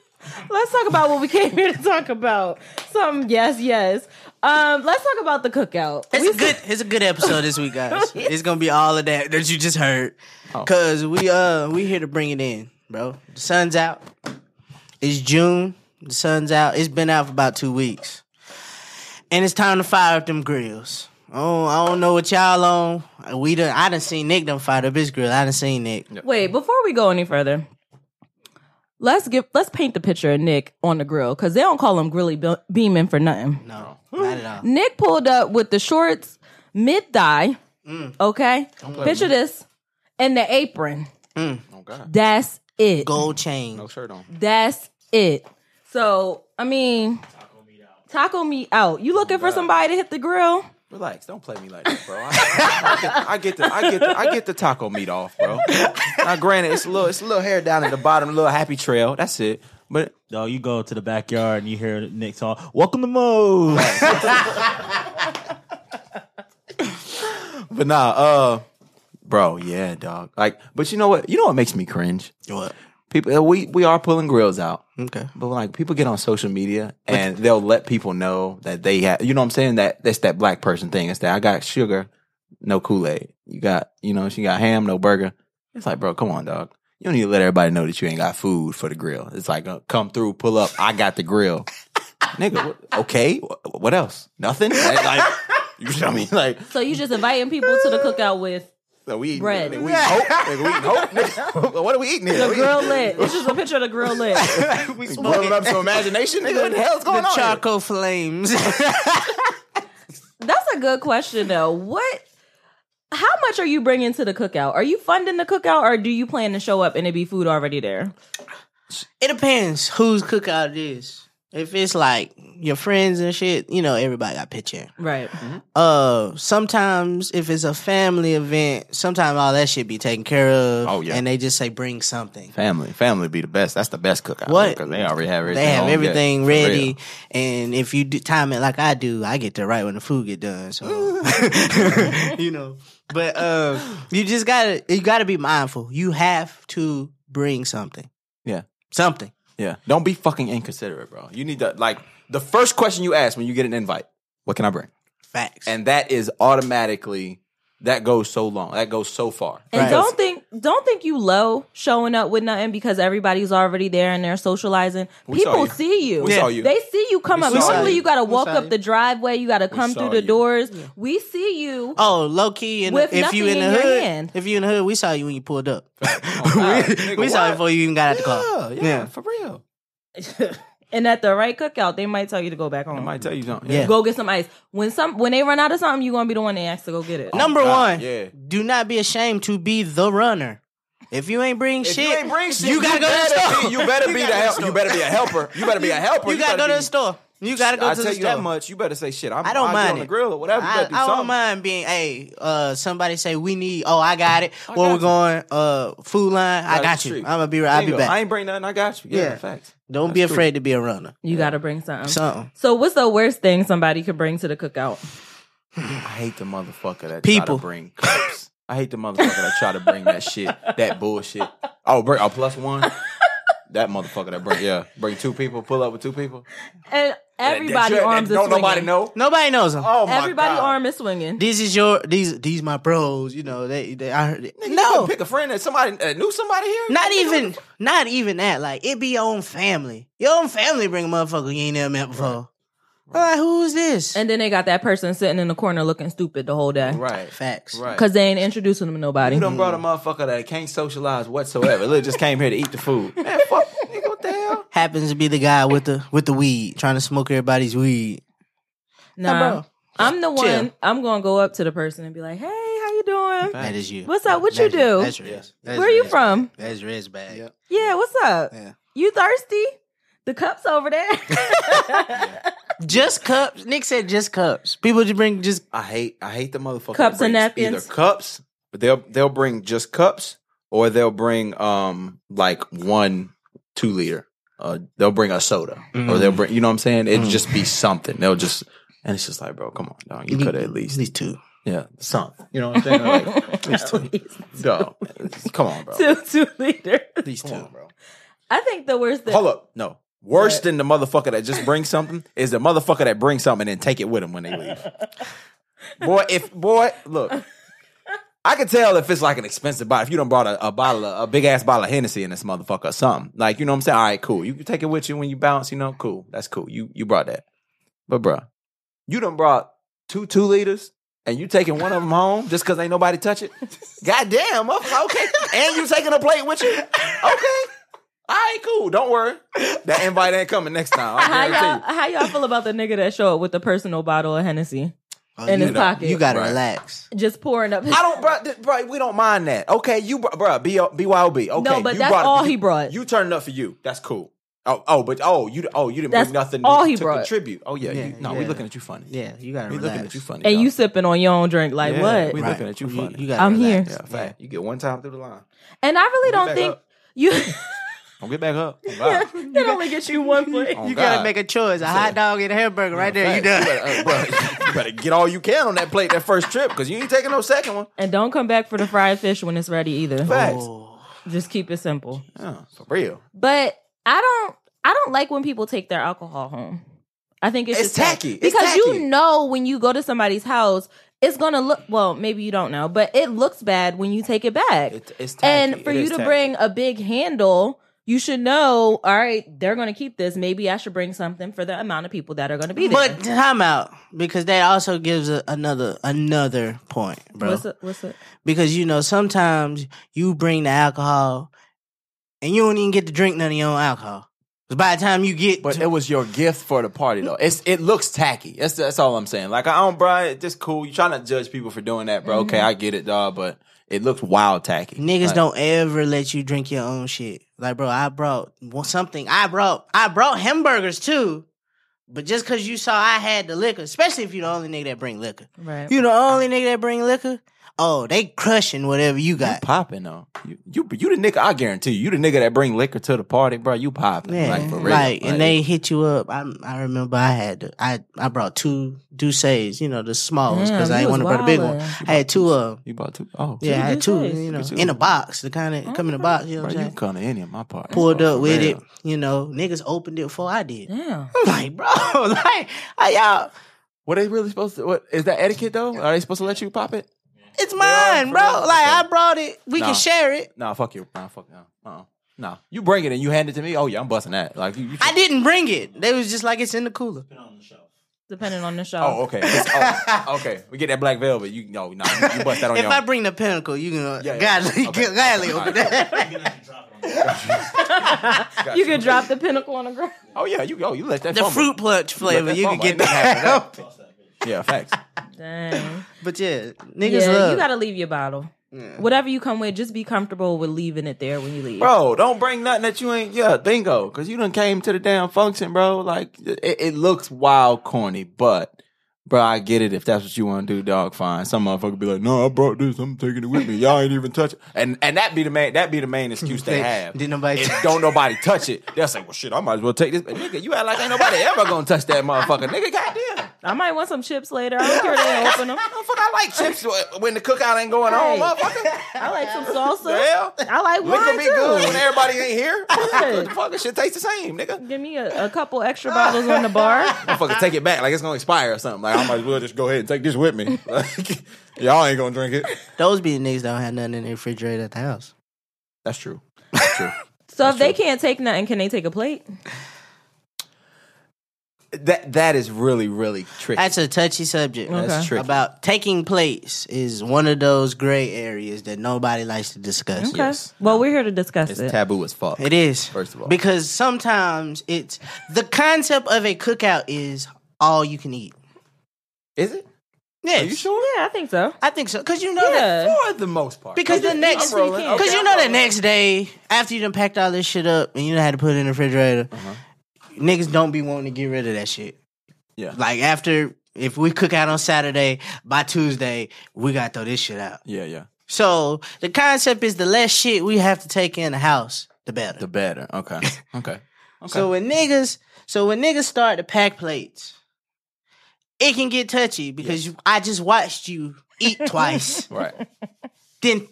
[SPEAKER 4] let's talk about what we came here to talk about. Some yes, yes. Um, let's talk about the cookout.
[SPEAKER 3] it's a good. It's a good episode this week, guys. It's gonna be all of that that you just heard,
[SPEAKER 2] Oh.
[SPEAKER 3] cause we uh we here to bring it in, bro. The sun's out. It's June. The sun's out. It's been out for about two weeks, and it's time to fire up them grills. Oh, I don't know what y'all on. We done. I done seen Nick done fire up his grill. I done seen Nick.
[SPEAKER 4] Wait, before we go any further, let's give let's paint the picture of Nick on the grill because they don't call him Grilly Be- Beeman for nothing.
[SPEAKER 3] No, not at all.
[SPEAKER 4] Nick pulled up with the shorts mid thigh. Okay, picture this and the apron.
[SPEAKER 2] Oh, God.
[SPEAKER 4] That's it.
[SPEAKER 3] Gold chain.
[SPEAKER 2] No shirt on.
[SPEAKER 4] That's it. So I mean, taco meat out. You looking for somebody to hit the grill?
[SPEAKER 2] Relax. Don't play me like that, bro. I, I get, I get the I get the, I get the taco meat off, bro. Now, granted, it's a little it's a little hair down at the bottom, a little happy trail. That's it. But
[SPEAKER 5] No, you go to the backyard and you hear Nick talk. Welcome to Mo.
[SPEAKER 2] but nah, uh, bro, yeah, dog. Like, but you know what? You know what makes me cringe?
[SPEAKER 3] What?
[SPEAKER 2] People, we we are pulling grills out.
[SPEAKER 3] Okay.
[SPEAKER 2] But like people get on social media and they'll let people know that they have, you know what I'm saying? That that's that black person thing. It's that I got sugar, no Kool Aid. You got, you know, she got ham, no burger. It's like, bro, come on, dog. You don't need to let everybody know that you ain't got food for the grill. It's like, uh, come through, pull up. I got the grill, nigga. What, okay, wh- what else? Nothing. Like, like, you know what I mean? Like,
[SPEAKER 4] So you just inviting people to the cookout with
[SPEAKER 2] so we eating
[SPEAKER 4] Bread.
[SPEAKER 2] nigga, we eating hope, nigga, we eating hope. nigga. what are we eating here?
[SPEAKER 4] the
[SPEAKER 2] We-
[SPEAKER 4] grill lit. It's just a picture of the grill lit.
[SPEAKER 2] we blowing up some imagination, nigga. What the hell's going
[SPEAKER 3] The
[SPEAKER 2] on? here?
[SPEAKER 3] charcoal flames.
[SPEAKER 4] That's a good question though. What? How much are you bringing to the cookout? Are you funding the cookout, or do you plan to show up and it be food already there?
[SPEAKER 3] it depends whose cookout it is. If it's like your friends and shit, you know, everybody got pitch in.
[SPEAKER 4] Right.
[SPEAKER 2] Mm-hmm.
[SPEAKER 3] Uh, sometimes if it's a family event, sometimes all that shit be taken care of.
[SPEAKER 2] Oh, yeah.
[SPEAKER 3] and they just say bring something.
[SPEAKER 2] Family, family be the best. That's the best cookout.
[SPEAKER 3] What?
[SPEAKER 2] Because oh, they already have everything.
[SPEAKER 3] They have
[SPEAKER 2] on deck.
[SPEAKER 3] everything
[SPEAKER 2] For
[SPEAKER 3] ready,
[SPEAKER 2] real.
[SPEAKER 3] and if you do, time it like I do, I get to right when the food get done. So you know, but uh, you just gotta you gotta be mindful. You have to bring something,
[SPEAKER 2] Yeah,
[SPEAKER 3] something.
[SPEAKER 2] yeah. Don't be fucking inconsiderate, bro. You need to like the first question you ask when you get an invite. What can I bring?
[SPEAKER 3] Facts.
[SPEAKER 2] And that is automatically that goes so long. That goes so far.
[SPEAKER 4] And
[SPEAKER 3] Right.
[SPEAKER 4] don't think don't think you low showing up with nothing because everybody's already there and they're socializing.
[SPEAKER 2] We saw
[SPEAKER 4] People
[SPEAKER 2] you.
[SPEAKER 4] see you.
[SPEAKER 2] We saw you.
[SPEAKER 4] They see you come
[SPEAKER 2] We
[SPEAKER 4] up.
[SPEAKER 2] saw
[SPEAKER 4] Normally
[SPEAKER 2] you.
[SPEAKER 4] you, gotta walk
[SPEAKER 3] saw
[SPEAKER 4] up
[SPEAKER 3] you.
[SPEAKER 4] the driveway, you gotta come
[SPEAKER 2] saw
[SPEAKER 4] through the
[SPEAKER 2] you.
[SPEAKER 4] doors. We see you.
[SPEAKER 3] Oh, low key, and
[SPEAKER 4] With
[SPEAKER 3] if you in the
[SPEAKER 4] nothing in your
[SPEAKER 3] hood,
[SPEAKER 4] hand.
[SPEAKER 3] if you in the hood, we saw you when you pulled up. we
[SPEAKER 2] nigga,
[SPEAKER 3] we saw
[SPEAKER 2] what?
[SPEAKER 3] you before you even got out the car.
[SPEAKER 2] Yeah, yeah,
[SPEAKER 3] Yeah.
[SPEAKER 2] for real.
[SPEAKER 4] And at the right cookout, they might tell you to go back home.
[SPEAKER 2] I might tell you something.
[SPEAKER 3] Yeah.
[SPEAKER 4] Go get some ice. When some when they run out of something, you're gonna be the one they ask to go get it.
[SPEAKER 3] Number
[SPEAKER 2] Oh, God,
[SPEAKER 3] one,
[SPEAKER 2] yeah.
[SPEAKER 3] do not be ashamed to be the runner. If you ain't bring
[SPEAKER 2] If
[SPEAKER 3] shit,
[SPEAKER 2] you ain't bring shit,
[SPEAKER 3] you gotta go to the
[SPEAKER 2] better
[SPEAKER 3] store.
[SPEAKER 2] Be, you better be the
[SPEAKER 3] gotta go to
[SPEAKER 2] help.
[SPEAKER 3] the
[SPEAKER 2] You better be a helper. You better be a helper.
[SPEAKER 3] You, gotta go
[SPEAKER 2] better
[SPEAKER 3] to
[SPEAKER 2] be-
[SPEAKER 3] the store. You gotta go
[SPEAKER 2] I
[SPEAKER 3] to
[SPEAKER 2] tell
[SPEAKER 3] the
[SPEAKER 2] you
[SPEAKER 3] store.
[SPEAKER 2] that much. You better say shit. I'm,
[SPEAKER 3] I
[SPEAKER 2] I'll
[SPEAKER 3] don't
[SPEAKER 2] get
[SPEAKER 3] mind
[SPEAKER 2] on the
[SPEAKER 3] it.
[SPEAKER 2] grill or whatever. You
[SPEAKER 3] I,
[SPEAKER 2] better do
[SPEAKER 3] I
[SPEAKER 2] something.
[SPEAKER 3] don't mind being. Hey, uh, somebody say we need. Oh, I got it. Where
[SPEAKER 2] got
[SPEAKER 3] we're
[SPEAKER 2] you.
[SPEAKER 3] going? Uh, food line. I
[SPEAKER 2] Right up
[SPEAKER 3] got
[SPEAKER 2] the
[SPEAKER 3] you. I'm
[SPEAKER 2] street.
[SPEAKER 3] gonna be. right- I'll be
[SPEAKER 2] Bingo. I
[SPEAKER 3] back.
[SPEAKER 2] ain't bring nothing. I got you. Yeah,
[SPEAKER 3] Yeah.
[SPEAKER 2] facts.
[SPEAKER 3] Don't be
[SPEAKER 2] That's
[SPEAKER 3] afraid to be a runner.
[SPEAKER 4] You gotta bring something.
[SPEAKER 3] Something.
[SPEAKER 4] so what's the worst thing somebody could bring to the cookout?
[SPEAKER 2] I hate the motherfucker that try
[SPEAKER 3] People.
[SPEAKER 2] to bring cups. I hate the motherfucker that try to bring that shit, that bullshit. Oh, bring a plus one. That motherfucker that bring yeah, bring two people, pull up with two people.
[SPEAKER 4] And
[SPEAKER 2] That- that
[SPEAKER 4] everybody
[SPEAKER 2] shit- that
[SPEAKER 4] arms is
[SPEAKER 2] don't
[SPEAKER 4] swinging.
[SPEAKER 2] nobody know.
[SPEAKER 3] Nobody knows them.
[SPEAKER 2] Oh my
[SPEAKER 4] Everybody
[SPEAKER 2] god.
[SPEAKER 4] arm is swinging.
[SPEAKER 3] These is your these these my bros. You know they they I heard it.
[SPEAKER 2] Nigga, you
[SPEAKER 3] no.
[SPEAKER 2] couldn't pick a friend that somebody that knew somebody here.
[SPEAKER 3] Not
[SPEAKER 2] Nigga,
[SPEAKER 3] even, not even that. Like it be your own family. Your own family bring a motherfucker you ain't never met before. I'm like, who's this?
[SPEAKER 4] And then they got that person sitting in the corner looking stupid the whole day.
[SPEAKER 2] right,
[SPEAKER 3] Facts.
[SPEAKER 2] right.
[SPEAKER 4] Because they ain't introducing them to nobody.
[SPEAKER 2] You done brought a motherfucker that can't socialize whatsoever. Literally just came here to eat the food. Man, fuck, nigga, what the hell?
[SPEAKER 3] Happens to be the guy with the with the weed, trying to smoke everybody's weed.
[SPEAKER 4] Nah,
[SPEAKER 3] bro.
[SPEAKER 4] I'm the one.
[SPEAKER 3] Chill.
[SPEAKER 4] I'm gonna go up to the person and be like, "Hey, how you doing?
[SPEAKER 3] That is you.
[SPEAKER 4] What's up? What you
[SPEAKER 3] That's-
[SPEAKER 4] do?
[SPEAKER 3] That's Riz. That's
[SPEAKER 4] Where you
[SPEAKER 3] Riz.
[SPEAKER 4] from?
[SPEAKER 3] That's Riz bag.
[SPEAKER 4] Yeah, what's up?
[SPEAKER 3] Yeah.
[SPEAKER 4] You thirsty? The cup's over there.
[SPEAKER 3] Just cups. Nick said just cups. People just bring just.
[SPEAKER 2] I hate I hate the motherfucker.
[SPEAKER 4] Cups
[SPEAKER 2] that brings
[SPEAKER 4] and napkins.
[SPEAKER 2] Either cups, but they'll they'll bring just cups, or they'll bring um like one two liter. Uh, they'll bring a soda, or they'll bring you know what I'm saying. It'd just be something. They'll just and it's just like, bro, come on, dog. You could at least
[SPEAKER 3] these two.
[SPEAKER 2] yeah something. You know what I'm saying? Like, at least two. Dog, come on, bro.
[SPEAKER 4] two, two liters.
[SPEAKER 2] At least two, bro.
[SPEAKER 4] I think the worst thing.
[SPEAKER 2] Hold up, no. Worse than the motherfucker that just brings something is the motherfucker that brings something and take it with them when they leave. boy, if boy, look, I can tell if it's like an expensive bottle. If you done brought a, a bottle, of, a big ass bottle of Hennessy in this motherfucker or something, like you know what I'm saying. All right, cool. You can take it with you when you bounce. You know, cool. That's cool. You you brought that, but bruh, you done brought two two liters. And you taking one of them home just because ain't nobody touch it? Goddamn, motherfucker. Okay. and you taking a plate with you? Okay. All right, cool. Don't worry. That invite ain't coming next time. I
[SPEAKER 4] How
[SPEAKER 2] guarantee
[SPEAKER 4] y'all, how y'all feel about the nigga that show up with the personal bottle of Hennessy?
[SPEAKER 3] Oh,
[SPEAKER 4] in
[SPEAKER 3] you
[SPEAKER 4] his
[SPEAKER 3] know,
[SPEAKER 4] pocket.
[SPEAKER 3] You gotta
[SPEAKER 2] Right.
[SPEAKER 3] relax.
[SPEAKER 4] just pouring up. His,
[SPEAKER 2] I don't, bro, bro. We don't mind that. Okay, you, br- bro, B- BYOB. Okay,
[SPEAKER 4] No, but
[SPEAKER 2] you
[SPEAKER 4] that's
[SPEAKER 2] brought it-
[SPEAKER 4] all
[SPEAKER 2] you-
[SPEAKER 4] he brought.
[SPEAKER 2] You turned it up for you. That's cool. Oh, oh, but oh, you, oh, you didn't
[SPEAKER 4] That's
[SPEAKER 2] bring nothing.
[SPEAKER 4] all he
[SPEAKER 2] to
[SPEAKER 4] brought.
[SPEAKER 2] contribute. Oh yeah,
[SPEAKER 3] Yeah,
[SPEAKER 2] you, no,
[SPEAKER 3] yeah.
[SPEAKER 2] we looking at you funny.
[SPEAKER 3] Yeah, you gotta
[SPEAKER 2] we
[SPEAKER 3] relax.
[SPEAKER 2] looking at you funny.
[SPEAKER 4] and
[SPEAKER 2] dog.
[SPEAKER 4] you sipping on your own drink. Like
[SPEAKER 2] Yeah,
[SPEAKER 4] what?
[SPEAKER 2] We looking at you funny.
[SPEAKER 3] You, gotta
[SPEAKER 4] I'm
[SPEAKER 3] relax.
[SPEAKER 4] here.
[SPEAKER 2] yeah, fact. You get one time through the line.
[SPEAKER 4] And I really
[SPEAKER 2] Don't
[SPEAKER 4] don't
[SPEAKER 2] get
[SPEAKER 4] think
[SPEAKER 2] back
[SPEAKER 4] you.
[SPEAKER 2] Don't get back up. Oh, God.
[SPEAKER 4] it only gets you one plate.
[SPEAKER 2] Oh,
[SPEAKER 3] You
[SPEAKER 2] God.
[SPEAKER 3] gotta make a choice. A hot dog and a hamburger right there. You done.
[SPEAKER 2] Hey, uh, bro, you better get all you can on that plate that first trip because you ain't taking no second one.
[SPEAKER 4] And don't come back for the fried fish when it's ready either.
[SPEAKER 2] Facts.
[SPEAKER 4] Just keep it simple.
[SPEAKER 2] Yeah, for real.
[SPEAKER 4] But I don't. I don't like when people take their alcohol home. I think it's,
[SPEAKER 2] It's
[SPEAKER 4] just tacky.
[SPEAKER 2] tacky. It's
[SPEAKER 4] because
[SPEAKER 2] tacky.
[SPEAKER 4] you know when you go to somebody's house, it's gonna look. Well, maybe you don't know, but it looks bad when you take it back.
[SPEAKER 2] It- it's tacky.
[SPEAKER 4] and for
[SPEAKER 2] It
[SPEAKER 4] you
[SPEAKER 2] is
[SPEAKER 4] to
[SPEAKER 2] tacky.
[SPEAKER 4] bring a big handle. You should know, all right, they're going to keep this. Maybe I should bring something for the amount of people that are going to be there.
[SPEAKER 3] But time out because that also gives a, another another point, bro.
[SPEAKER 4] what's it? What's it?
[SPEAKER 3] Because you know sometimes you bring the alcohol and you don't even get to drink none of your own alcohol. 'Cause by the time you get,
[SPEAKER 2] But
[SPEAKER 3] to,
[SPEAKER 2] it was your gift for the party, though. It's it looks tacky. That's that's all I'm saying. Like I don't, bro. It's just cool. You trying to judge people for doing that, bro? Okay, I get it, dog. But it looks wild tacky.
[SPEAKER 3] Mm-hmm. niggas
[SPEAKER 2] Like,
[SPEAKER 3] don't ever let you drink your own shit. Like, bro, I brought well, something. I brought I brought hamburgers too. But just because you saw I had the liquor, especially if you the only nigga that bring liquor,
[SPEAKER 4] Right.
[SPEAKER 3] you the only nigga that bring liquor. Oh, they crushing whatever you
[SPEAKER 2] You
[SPEAKER 3] got.
[SPEAKER 2] popping though. You, you you the nigga. I guarantee you. You the nigga that bring liquor to the party, bro. You popping.
[SPEAKER 3] Yeah,
[SPEAKER 2] Like for real.
[SPEAKER 3] Like, and they hit you up. I I remember I had to- I I brought two Ducés, you know, the small ones, because
[SPEAKER 4] Damn,
[SPEAKER 3] I
[SPEAKER 4] you
[SPEAKER 3] didn't want to bring
[SPEAKER 4] was
[SPEAKER 3] the big one.
[SPEAKER 4] wildin'.
[SPEAKER 3] I had two of 'em.
[SPEAKER 2] You bought two. Oh
[SPEAKER 3] Yeah, I had two,
[SPEAKER 4] Ducés.
[SPEAKER 3] you know,
[SPEAKER 2] Two.
[SPEAKER 3] in a box, the kind that come in a box. You know
[SPEAKER 2] bro.
[SPEAKER 3] what I'm
[SPEAKER 2] You
[SPEAKER 3] saying?
[SPEAKER 2] kind of any of my party.
[SPEAKER 3] Pulled
[SPEAKER 2] bro,
[SPEAKER 3] up
[SPEAKER 2] for
[SPEAKER 3] with
[SPEAKER 2] real.
[SPEAKER 3] it, you know. Niggas opened it before I did.
[SPEAKER 4] Yeah.
[SPEAKER 3] I'm like, bro, like, I, y'all,
[SPEAKER 2] What they really supposed to? What is that etiquette though? Are they supposed to let you pop it?
[SPEAKER 3] it's mine, bro.
[SPEAKER 2] real?
[SPEAKER 3] Like, I brought it. We
[SPEAKER 2] Nah.
[SPEAKER 3] can share it.
[SPEAKER 2] Nah, fuck you. Nah, fuck no. Uh-uh. Nah, you bring it and you hand it to me. Oh yeah, I'm busting that. Like you. you
[SPEAKER 3] I didn't bring it. They was just like, it's in the cooler.
[SPEAKER 4] Depending on the show.
[SPEAKER 2] Oh okay. Oh, okay. We get that black velvet. You no no. You, you bust that on
[SPEAKER 3] If
[SPEAKER 2] your.
[SPEAKER 3] I
[SPEAKER 2] own.
[SPEAKER 3] bring the pinnacle, you can
[SPEAKER 2] Yeah, yeah.
[SPEAKER 3] gladly,
[SPEAKER 2] Okay.
[SPEAKER 3] gladly
[SPEAKER 2] Okay.
[SPEAKER 3] open that.
[SPEAKER 4] you could drop the pinnacle on the ground.
[SPEAKER 2] oh yeah. You oh you let that
[SPEAKER 3] The
[SPEAKER 2] fumble.
[SPEAKER 3] fruit punch flavor,
[SPEAKER 2] that
[SPEAKER 3] you can
[SPEAKER 2] fumble.
[SPEAKER 3] get
[SPEAKER 2] Ain't nothing
[SPEAKER 3] that.
[SPEAKER 2] happening. Yeah, facts.
[SPEAKER 4] Dang.
[SPEAKER 3] But yeah, niggas
[SPEAKER 4] yeah,
[SPEAKER 3] love.
[SPEAKER 4] you got to leave your bottle. Whatever you come with, just be comfortable with leaving it there when you leave.
[SPEAKER 2] Mm. Bro, don't bring nothing that you ain't. Yeah, bingo. Because you done came to the damn function, bro. Like it, it looks wild, corny, but. Bro, I get it. If that's what you want to do, dog, fine. Some motherfucker be like, "No, I brought this. I'm taking it with me. Y'all ain't even touch it." And and that be the main that be the main excuse they have.
[SPEAKER 3] Didn't nobody
[SPEAKER 2] If
[SPEAKER 3] touch
[SPEAKER 2] don't nobody touch it. They'll say, "Well, shit, I might as well take this." But nigga, you act like ain't nobody ever gonna touch that motherfucker. Nigga, goddamn.
[SPEAKER 4] I might want some chips later. I don't care if they don't open them.
[SPEAKER 2] Motherfucker, I like chips when the cookout ain't going on,
[SPEAKER 4] Hey.
[SPEAKER 2] motherfucker.
[SPEAKER 4] I like some salsa.
[SPEAKER 2] Hell,
[SPEAKER 4] I like
[SPEAKER 2] liquor
[SPEAKER 4] wine
[SPEAKER 2] be good when
[SPEAKER 4] too.
[SPEAKER 2] everybody ain't here.
[SPEAKER 4] Hey.
[SPEAKER 2] What the fuck, This shit tastes the same, nigga.
[SPEAKER 4] Give me a, a couple extra bottles on the bar.
[SPEAKER 2] Motherfucker, take it back like it's gonna expire or something. Like I might as well just go ahead and take this with me. Like, y'all ain't gonna drink it.
[SPEAKER 3] Those be the niggas that don't have nothing in the refrigerator at the house.
[SPEAKER 2] That's true. That's true.
[SPEAKER 4] So if they can't take nothing, can they take a plate?
[SPEAKER 2] that that is really really tricky.
[SPEAKER 3] That's a touchy subject.
[SPEAKER 4] Okay.
[SPEAKER 2] That's tricky.
[SPEAKER 3] About taking place is one of those gray areas that nobody likes to discuss.
[SPEAKER 4] Okay.
[SPEAKER 2] Yes.
[SPEAKER 4] Well, we're here to discuss
[SPEAKER 2] it's
[SPEAKER 4] it.
[SPEAKER 2] taboo as fuck.
[SPEAKER 3] It is.
[SPEAKER 2] First of all.
[SPEAKER 3] Because sometimes it's the concept of a cookout is all you can eat.
[SPEAKER 2] Is it?
[SPEAKER 3] Yes.
[SPEAKER 2] Are you sure?
[SPEAKER 4] yeah, I think so.
[SPEAKER 3] I think so. Because you know that.
[SPEAKER 4] Yeah.
[SPEAKER 2] For the most part.
[SPEAKER 3] Because the
[SPEAKER 4] I'm
[SPEAKER 3] next,
[SPEAKER 4] rolling.
[SPEAKER 3] because
[SPEAKER 4] Okay,
[SPEAKER 3] you
[SPEAKER 4] I'm
[SPEAKER 3] know the
[SPEAKER 4] rolling.
[SPEAKER 3] next day after you done packed all this shit up and you done had to put it in the refrigerator, niggas don't be wanting to get rid of that shit.
[SPEAKER 2] Yeah.
[SPEAKER 3] Like after, if we cook out on Saturday, by Tuesday we gotta throw this shit out.
[SPEAKER 2] Yeah, yeah.
[SPEAKER 3] So the concept is the less shit we have to take in the house, the better.
[SPEAKER 2] The better. Okay. Okay. Okay.
[SPEAKER 3] So when niggas, so when niggas start to pack plates, it can get touchy because you, I just watched you eat twice,
[SPEAKER 2] right.
[SPEAKER 3] then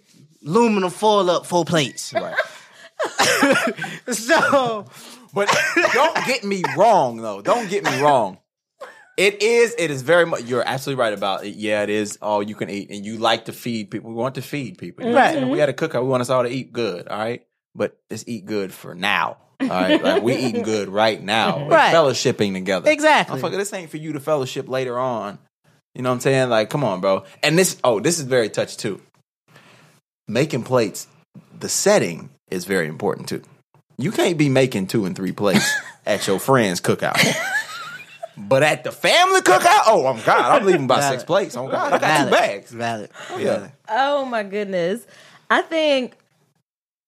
[SPEAKER 3] aluminum foil up four plates.
[SPEAKER 2] Right.
[SPEAKER 3] So
[SPEAKER 2] But don't get me wrong, though. Don't get me wrong. It is. It is very much. You're absolutely right about it. Yeah, it is all you can eat, and you like to feed people. We want to feed people. You know what I'm
[SPEAKER 3] Right.
[SPEAKER 2] saying? We had a cookout. We want us all to eat good. All right. But let's eat good for now. All right. Like we eating good right now. We're
[SPEAKER 3] Right.
[SPEAKER 2] fellowshipping together.
[SPEAKER 3] Exactly.
[SPEAKER 2] Motherfucker, this ain't for you to fellowship later on. You know what I'm saying? Like, come on, bro. And this. Oh, this is very touch too. Making plates. The setting is very important too. You can't be making two and three plates at your friend's cookout. But at the family cookout, oh, I'm God. I'm leaving by six plates. I'm God. I got two
[SPEAKER 3] Valid.
[SPEAKER 2] bags.
[SPEAKER 3] Valid.
[SPEAKER 2] Yeah.
[SPEAKER 4] Oh my goodness. I think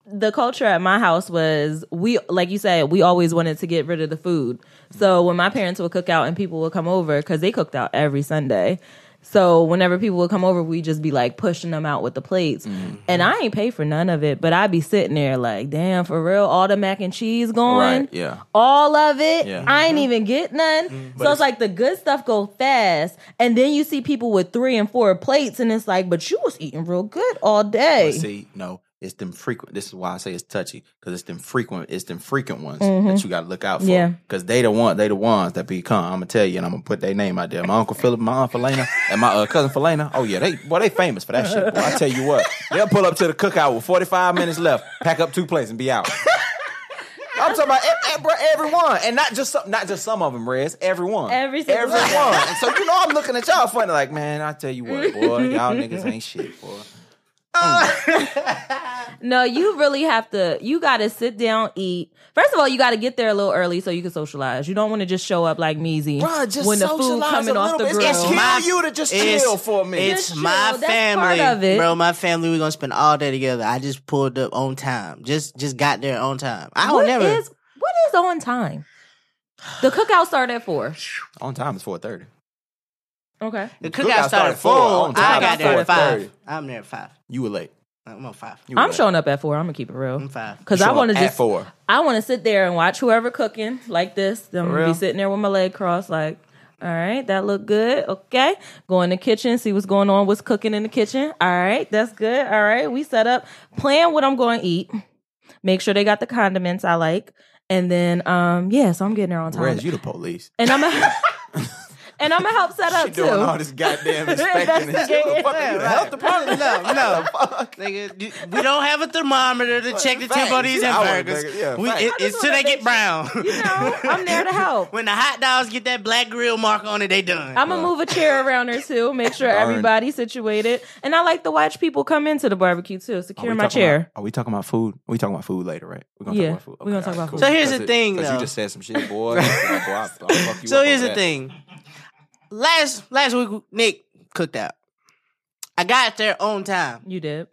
[SPEAKER 4] the culture at my house was we like you said, we always wanted to get rid of the food. So when my parents would cook out and people would come over cuz they cooked out every Sunday. So whenever people would come over, we'd just be like pushing them out with the plates.
[SPEAKER 2] Mm-hmm.
[SPEAKER 4] And I ain't pay for none of it, but I'd be sitting there like, "Damn, for real, all the mac and cheese going?"
[SPEAKER 2] Right. Yeah.
[SPEAKER 4] all of it.
[SPEAKER 2] Yeah.
[SPEAKER 4] I ain't even get none. So it's like the good stuff go fast, and then you see people with three and four plates, and it's like, but you was eating real good all day.
[SPEAKER 2] But see, no, it's them frequent. This is why I say it's touchy because it's them frequent. It's them frequent ones that you got to look out for.
[SPEAKER 4] Mm-hmm. Yeah.
[SPEAKER 2] because they the one. They the ones that become. I'm gonna tell you, and I'm gonna put their name out there. My uncle Philip, my aunt Felena, and my uh, cousin Felena. Oh yeah, they boy, they famous for that shit. Boy, I tell you what, they'll pull up to the cookout with 45 minutes left, pack up two plates, and be out. I'm talking about ev- ev- bro, everyone, and not just some, not just some of them. Rez, everyone,
[SPEAKER 4] Every single one.
[SPEAKER 2] everyone. and so you know, I'm looking at y'all funny, like, man, I tell you what, boy, y'all niggas ain't shit, boy.
[SPEAKER 4] No, you really have to. You got to sit down, eat. First of all, you got to get there a little early so you can socialize. You don't want to just show up like Measy
[SPEAKER 2] Bruh, just
[SPEAKER 4] when the food
[SPEAKER 2] socialize
[SPEAKER 4] coming
[SPEAKER 2] a
[SPEAKER 4] off
[SPEAKER 2] little
[SPEAKER 4] the
[SPEAKER 2] bit.
[SPEAKER 4] grill.
[SPEAKER 2] It's cute.
[SPEAKER 3] My-
[SPEAKER 2] you to just
[SPEAKER 3] it's-
[SPEAKER 2] chill for a minute.
[SPEAKER 3] It's
[SPEAKER 4] Just
[SPEAKER 3] my
[SPEAKER 4] chill. That's
[SPEAKER 3] family,
[SPEAKER 4] part of it.
[SPEAKER 3] bro. My family. We're gonna spend all day together. I just pulled up on time. Just, just got there on time. I don't
[SPEAKER 4] What
[SPEAKER 3] never.
[SPEAKER 4] is- what is on time? The cookout started at four.
[SPEAKER 2] On time is four thirty.
[SPEAKER 4] Okay.
[SPEAKER 3] the
[SPEAKER 2] cookout
[SPEAKER 3] cookout
[SPEAKER 2] started
[SPEAKER 3] started
[SPEAKER 2] at
[SPEAKER 3] at
[SPEAKER 2] four.
[SPEAKER 3] four.
[SPEAKER 2] On
[SPEAKER 3] I
[SPEAKER 2] time
[SPEAKER 3] got
[SPEAKER 4] at
[SPEAKER 3] there at five.
[SPEAKER 2] 4:30.
[SPEAKER 3] I'm there at five.
[SPEAKER 2] You were late.
[SPEAKER 3] I'm on five.
[SPEAKER 2] You were
[SPEAKER 4] I'm
[SPEAKER 2] late.
[SPEAKER 4] showing up at four. I'm gonna keep it real.
[SPEAKER 3] I'm five.
[SPEAKER 4] Cause
[SPEAKER 2] You
[SPEAKER 4] I
[SPEAKER 2] showing
[SPEAKER 4] want to
[SPEAKER 2] up at
[SPEAKER 4] just
[SPEAKER 2] four.
[SPEAKER 4] I want to sit there and watch whoever cooking like this. Then I'm
[SPEAKER 2] For
[SPEAKER 4] gonna
[SPEAKER 2] real?
[SPEAKER 4] be sitting there with my leg crossed, like, all right, that look good. Okay, go in the kitchen, see what's going on, what's cooking in the kitchen. All right, that's good. All right, we set up, plan what I'm going to eat, make sure they got the condiments I like, and then um, yeah, so I'm getting there on time,
[SPEAKER 2] Rez, you the police.
[SPEAKER 4] and I'm a, and I'm gonna help set up
[SPEAKER 2] She
[SPEAKER 4] too.
[SPEAKER 2] doing all this goddamn inspecting. and shit. What the
[SPEAKER 4] Investigating.
[SPEAKER 2] fuck? You the health department?
[SPEAKER 3] No, no.
[SPEAKER 2] Fuck.
[SPEAKER 3] Nigga, you- we don't have a thermometer to check the
[SPEAKER 2] Facts.
[SPEAKER 3] temp on these
[SPEAKER 2] I wouldn't
[SPEAKER 3] hamburgers.
[SPEAKER 2] think it- yeah,
[SPEAKER 3] we,
[SPEAKER 2] facts.
[SPEAKER 3] it,
[SPEAKER 2] I
[SPEAKER 4] just
[SPEAKER 3] it's till
[SPEAKER 4] wanna
[SPEAKER 3] they get
[SPEAKER 4] make
[SPEAKER 3] brown.
[SPEAKER 4] you know, I'm there to help.
[SPEAKER 3] when the hot dogs get that black grill mark on it, they done.
[SPEAKER 4] I'm gonna move a chair around her too, make sure
[SPEAKER 2] Uh, Darn.
[SPEAKER 4] everybody's situated, and I like to watch people come into the barbecue too.
[SPEAKER 2] Are we
[SPEAKER 4] Secure my
[SPEAKER 2] talking
[SPEAKER 4] chair.
[SPEAKER 2] About, are we talking about food? We talking about food later, right? We're gonna
[SPEAKER 4] Yeah,
[SPEAKER 2] talk about food.
[SPEAKER 4] we gonna talk about food.
[SPEAKER 3] So here's the thing,
[SPEAKER 2] because you
[SPEAKER 3] though.
[SPEAKER 2] just said some shit, boy. Boy, I'll- I'll fuck you
[SPEAKER 3] so
[SPEAKER 2] up
[SPEAKER 3] here's
[SPEAKER 2] on
[SPEAKER 3] the
[SPEAKER 2] that.
[SPEAKER 3] thing. Last last week, Nick cooked out. I got there on time,
[SPEAKER 4] You did.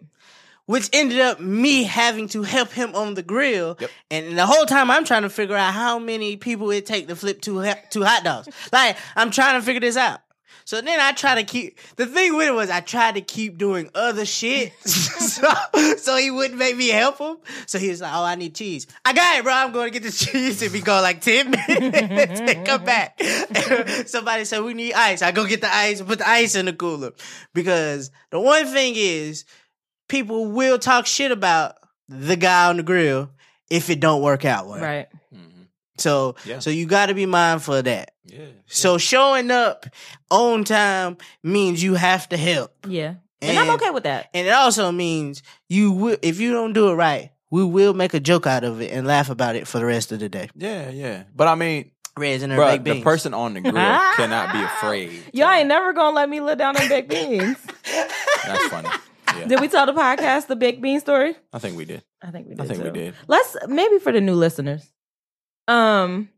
[SPEAKER 3] which ended up me having to help him on the grill.
[SPEAKER 2] Yep.
[SPEAKER 3] And the whole time, I'm trying to figure out how many people it take to flip two ha- two hot dogs. like I'm trying to figure this out. So then I try to keep the thing with it was I tried to keep doing other shit so, so he wouldn't make me help him. So he was like, "Oh, I need cheese. I got it, bro. I'm going to get the cheese if we go like ten minutes and come back." Somebody said we need ice. I go get the ice and put the ice in the cooler because the one thing is people will talk shit about the guy on the grill if it don't work out
[SPEAKER 2] Oh,
[SPEAKER 3] well.
[SPEAKER 4] Right.
[SPEAKER 2] Mm-hmm.
[SPEAKER 3] So
[SPEAKER 2] Yeah.
[SPEAKER 3] so you got to be mindful of that.
[SPEAKER 2] Yeah.
[SPEAKER 3] So showing up on time means you have to help,
[SPEAKER 4] Yeah. And, I'm
[SPEAKER 3] And-
[SPEAKER 4] okay with that.
[SPEAKER 3] and it also means you will. If you don't do it right, we will make a joke out of it and laugh about it for the rest of the day.
[SPEAKER 2] Yeah, yeah. But I mean,
[SPEAKER 3] Reds and her
[SPEAKER 2] bro,
[SPEAKER 3] baked
[SPEAKER 2] the
[SPEAKER 3] beans.
[SPEAKER 2] person on the grill cannot be afraid.
[SPEAKER 4] Y'all ain't never gonna let me live down on baked beans.
[SPEAKER 2] That's funny. Yeah,
[SPEAKER 4] did we tell the podcast the baked bean story?
[SPEAKER 2] I think we did.
[SPEAKER 4] I think we did.
[SPEAKER 2] I think we
[SPEAKER 4] too.
[SPEAKER 2] did.
[SPEAKER 4] Let's maybe for the new listeners. Um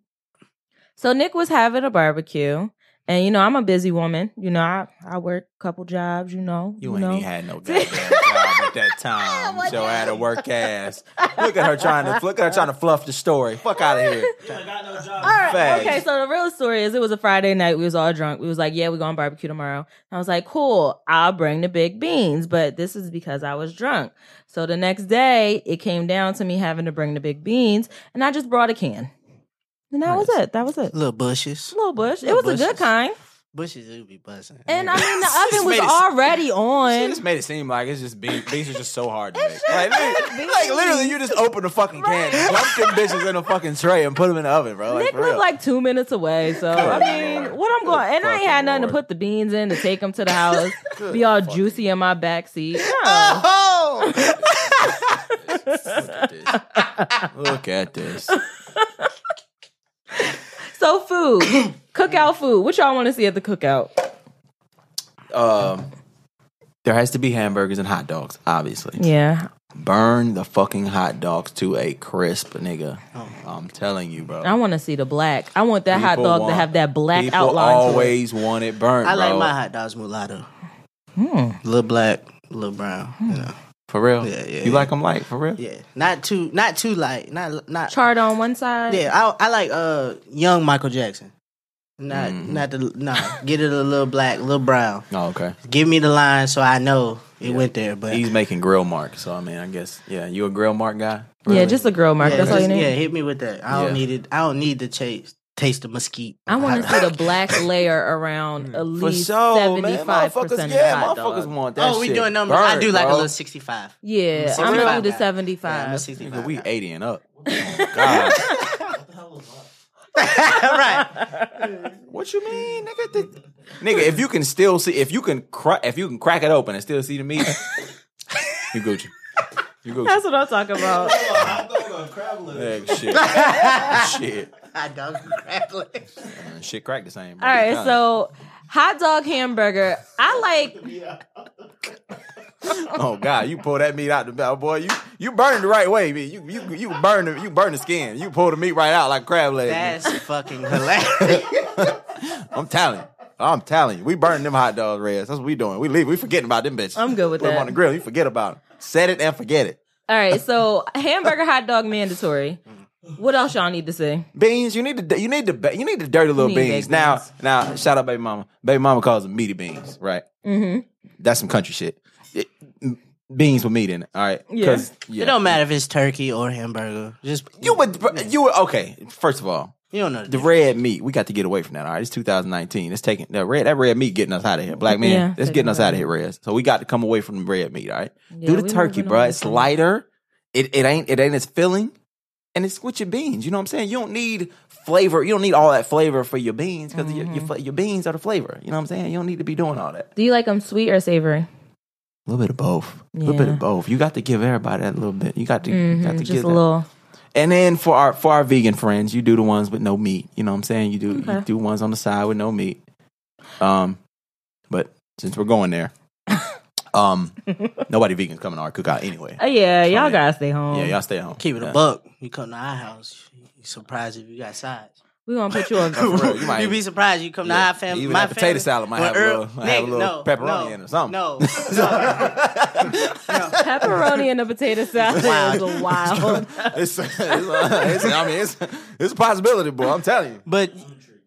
[SPEAKER 4] so Nick was having a barbecue. And you know, I'm a busy woman. You know, I, I work a couple jobs, you know.
[SPEAKER 2] You, ain't
[SPEAKER 4] know.
[SPEAKER 2] even had no goddamn job at that time.
[SPEAKER 4] What
[SPEAKER 2] Joe
[SPEAKER 4] the-
[SPEAKER 2] had to work ass. Look at her trying to look at her trying to fluff the story. Fuck out of here.
[SPEAKER 4] All right.
[SPEAKER 2] Facts.
[SPEAKER 4] Okay. So the real story is, it was a Friday night. We was all drunk. We was like, "Yeah, we're going barbecue tomorrow." And I was like, "Cool. I'll bring the big beans." But this is because I was drunk. So the next day, it came down to me having to bring the big beans, and I just brought a can, and that was it. That was it.
[SPEAKER 3] little bushes,
[SPEAKER 4] Little bush. It was a good
[SPEAKER 3] bushes.
[SPEAKER 4] kind,
[SPEAKER 3] bushes would be buzzing.
[SPEAKER 4] and I
[SPEAKER 2] She
[SPEAKER 4] mean
[SPEAKER 2] just
[SPEAKER 4] the oven was
[SPEAKER 2] made it-
[SPEAKER 4] already
[SPEAKER 2] She
[SPEAKER 4] on.
[SPEAKER 2] just made it seem like it's just beans. Beans are just so hard to make. Like, like, like, literally, you just open the fucking can, dump them bitches in a fucking tray, and put them in the oven, bro. Like,
[SPEAKER 4] Nick
[SPEAKER 2] for
[SPEAKER 4] lived
[SPEAKER 2] real.
[SPEAKER 4] like two minutes away, so I
[SPEAKER 2] Good
[SPEAKER 4] mean,
[SPEAKER 2] Lord.
[SPEAKER 4] what I'm going and I ain't had
[SPEAKER 2] fucking
[SPEAKER 4] nothing to
[SPEAKER 2] Lord.
[SPEAKER 4] put the beans in to take them to the house, be all juicy in my backseat. No.
[SPEAKER 3] Oh,
[SPEAKER 2] Look at this.
[SPEAKER 4] So food, cookout food. What y'all want to see at the cookout?
[SPEAKER 2] Um, there has to be hamburgers and hot dogs, obviously.
[SPEAKER 4] Yeah,
[SPEAKER 2] Burn the fucking hot dogs to a crisp, nigga. I'm telling you, bro.
[SPEAKER 4] Oh. I want to see the black. I want that hot
[SPEAKER 2] People
[SPEAKER 4] dog
[SPEAKER 2] want-
[SPEAKER 4] to have that black
[SPEAKER 2] people
[SPEAKER 4] outline. to it.
[SPEAKER 2] always want it burnt,
[SPEAKER 3] I like
[SPEAKER 2] bro.
[SPEAKER 3] my hot dogs mulatto.
[SPEAKER 4] Hmm.
[SPEAKER 3] Little black, little brown. You
[SPEAKER 2] Hmm.
[SPEAKER 3] know.
[SPEAKER 2] For real?
[SPEAKER 3] Yeah, yeah,
[SPEAKER 2] You
[SPEAKER 3] yeah.
[SPEAKER 2] like them light, for real?
[SPEAKER 3] Yeah. Not too not too light. Not not
[SPEAKER 4] Chard on one side.
[SPEAKER 3] Yeah, I I like uh young Michael Jackson. Not
[SPEAKER 2] Mhm.
[SPEAKER 3] not the nah. Get it a little black, little brown.
[SPEAKER 2] Oh, okay.
[SPEAKER 3] Give me the line so I know it went there. But
[SPEAKER 2] He's making grill mark, so I mean, I guess, yeah, you a grill mark guy?
[SPEAKER 4] Yeah,
[SPEAKER 2] Really?
[SPEAKER 4] just a girl mark.
[SPEAKER 3] yeah,
[SPEAKER 4] That's all you
[SPEAKER 3] just-
[SPEAKER 4] need.
[SPEAKER 3] yeah, hit me with that. I don't
[SPEAKER 2] Yeah.
[SPEAKER 3] need it. I don't need to taste taste the mesquite.
[SPEAKER 4] I want to see the black layer around at
[SPEAKER 2] for
[SPEAKER 4] least
[SPEAKER 2] sure, man.
[SPEAKER 4] seventy five
[SPEAKER 2] Motherfuckers,
[SPEAKER 4] percent
[SPEAKER 2] yeah,
[SPEAKER 4] of the hot
[SPEAKER 2] motherfuckers
[SPEAKER 4] dog.
[SPEAKER 2] want that.
[SPEAKER 3] Oh, we
[SPEAKER 2] shit
[SPEAKER 3] doing numbers. I
[SPEAKER 2] burnt,
[SPEAKER 3] do like a
[SPEAKER 2] bro.
[SPEAKER 3] little sixty-five.
[SPEAKER 4] Yeah,
[SPEAKER 3] For
[SPEAKER 4] I'm
[SPEAKER 3] real?
[SPEAKER 4] gonna do the
[SPEAKER 3] Yeah,
[SPEAKER 4] seventy
[SPEAKER 3] Yeah, I'm a
[SPEAKER 2] Nigga,
[SPEAKER 4] five.
[SPEAKER 3] 65.
[SPEAKER 2] we 80 and up. Oh, God.
[SPEAKER 3] right.
[SPEAKER 2] What you mean, nigga? The- nigga, if you can still see, if you can, cra- if you can crack it open and still see the meat, you Gucci. You Gucci.
[SPEAKER 4] That's what I'm talking about.
[SPEAKER 2] Oh Hey, shit. shit.
[SPEAKER 3] Hot dog and crab legs.
[SPEAKER 2] Man, Shit crack the same.
[SPEAKER 4] All right, so hot dog hamburger. I like.
[SPEAKER 2] Oh God, you pull that meat out the back, boy. You you burn it the right way, man. You you you burn the you burn the skin. You pull the meat right out like crab legs. man.
[SPEAKER 3] That's fucking hilarious.
[SPEAKER 2] I'm telling you. I'm telling you, we burning them hot dogs, Reds. That's what we doing. We leave. We forgetting about them bitches.
[SPEAKER 4] I'm good with
[SPEAKER 2] Put them
[SPEAKER 4] that.
[SPEAKER 2] on the grill. You forget about them. Set it and forget it.
[SPEAKER 4] All right, so hamburger hot dog mandatory. What else y'all need to say?
[SPEAKER 2] Beans, you need to you need to you need to dirty little
[SPEAKER 4] need baked
[SPEAKER 2] beans. Now
[SPEAKER 4] beans.
[SPEAKER 2] now shout out baby mama. Baby mama calls them meaty beans, right? Mm-hmm. That's some country shit. It- m- beans with meat in it. All right.
[SPEAKER 4] Yeah.
[SPEAKER 2] 'Cause- yeah.
[SPEAKER 3] It don't matter if it's turkey or hamburger. Just
[SPEAKER 2] You would you would okay. First of all,
[SPEAKER 3] you don't know
[SPEAKER 2] the red meat. We got to get away from that. All right, it's 2019. It's taking that red. That red meat getting us out of here. Black man,
[SPEAKER 4] Yeah,
[SPEAKER 2] that's
[SPEAKER 4] taking
[SPEAKER 2] getting us
[SPEAKER 4] it
[SPEAKER 2] out of here, Reds. So we got to come away from the red meat. All right,
[SPEAKER 4] Yeah,
[SPEAKER 2] do the
[SPEAKER 4] we
[SPEAKER 2] turkey,
[SPEAKER 4] moving
[SPEAKER 2] bro.
[SPEAKER 4] on
[SPEAKER 2] It's
[SPEAKER 4] from-
[SPEAKER 2] lighter. It it ain't it ain't as filling, and it's with your beans. You know what I'm saying? You don't need flavor. You don't need all that flavor for your beans because your,
[SPEAKER 4] Mm-hmm.
[SPEAKER 2] your fla- your beans are the flavor. You know what I'm saying? You don't need to be doing all that.
[SPEAKER 4] Do you like them sweet or
[SPEAKER 2] A
[SPEAKER 4] savory?
[SPEAKER 2] little bit of both. A little bit
[SPEAKER 4] Yeah.
[SPEAKER 2] of both. You got to give everybody that little bit. You got to you got to
[SPEAKER 4] Mm-hmm, Just
[SPEAKER 2] give
[SPEAKER 4] a
[SPEAKER 2] that.
[SPEAKER 4] little.
[SPEAKER 2] And then for our for our vegan friends, you do the ones with no meat. You know what I'm saying? You do you
[SPEAKER 4] Okay.
[SPEAKER 2] do ones on the side with no meat. Um, but since we're going there, um, nobody vegan's coming to our cookout anyway.
[SPEAKER 4] Oh yeah, y'all
[SPEAKER 2] yeah.
[SPEAKER 4] gotta stay home.
[SPEAKER 2] Yeah, y'all stay home.
[SPEAKER 3] Um, keep it a
[SPEAKER 2] Yeah.
[SPEAKER 3] buck. You come to our house, you surprised if you got sides.
[SPEAKER 4] We gonna put you on.
[SPEAKER 2] real, you might-
[SPEAKER 3] you be surprised. You come to
[SPEAKER 2] Yeah,
[SPEAKER 3] our family.
[SPEAKER 2] even
[SPEAKER 3] my
[SPEAKER 2] that potato
[SPEAKER 3] family,
[SPEAKER 2] salad might
[SPEAKER 3] when
[SPEAKER 2] have a little-
[SPEAKER 3] Earl-
[SPEAKER 2] might have a
[SPEAKER 3] nigga,
[SPEAKER 2] little
[SPEAKER 3] no,
[SPEAKER 2] pepperoni
[SPEAKER 3] no,
[SPEAKER 2] in it or something.
[SPEAKER 3] No, no.
[SPEAKER 4] pepperoni and a potato salad is wild.
[SPEAKER 2] It's, it's, it's- I mean, it's, it's a possibility, boy. I'm telling you.
[SPEAKER 3] but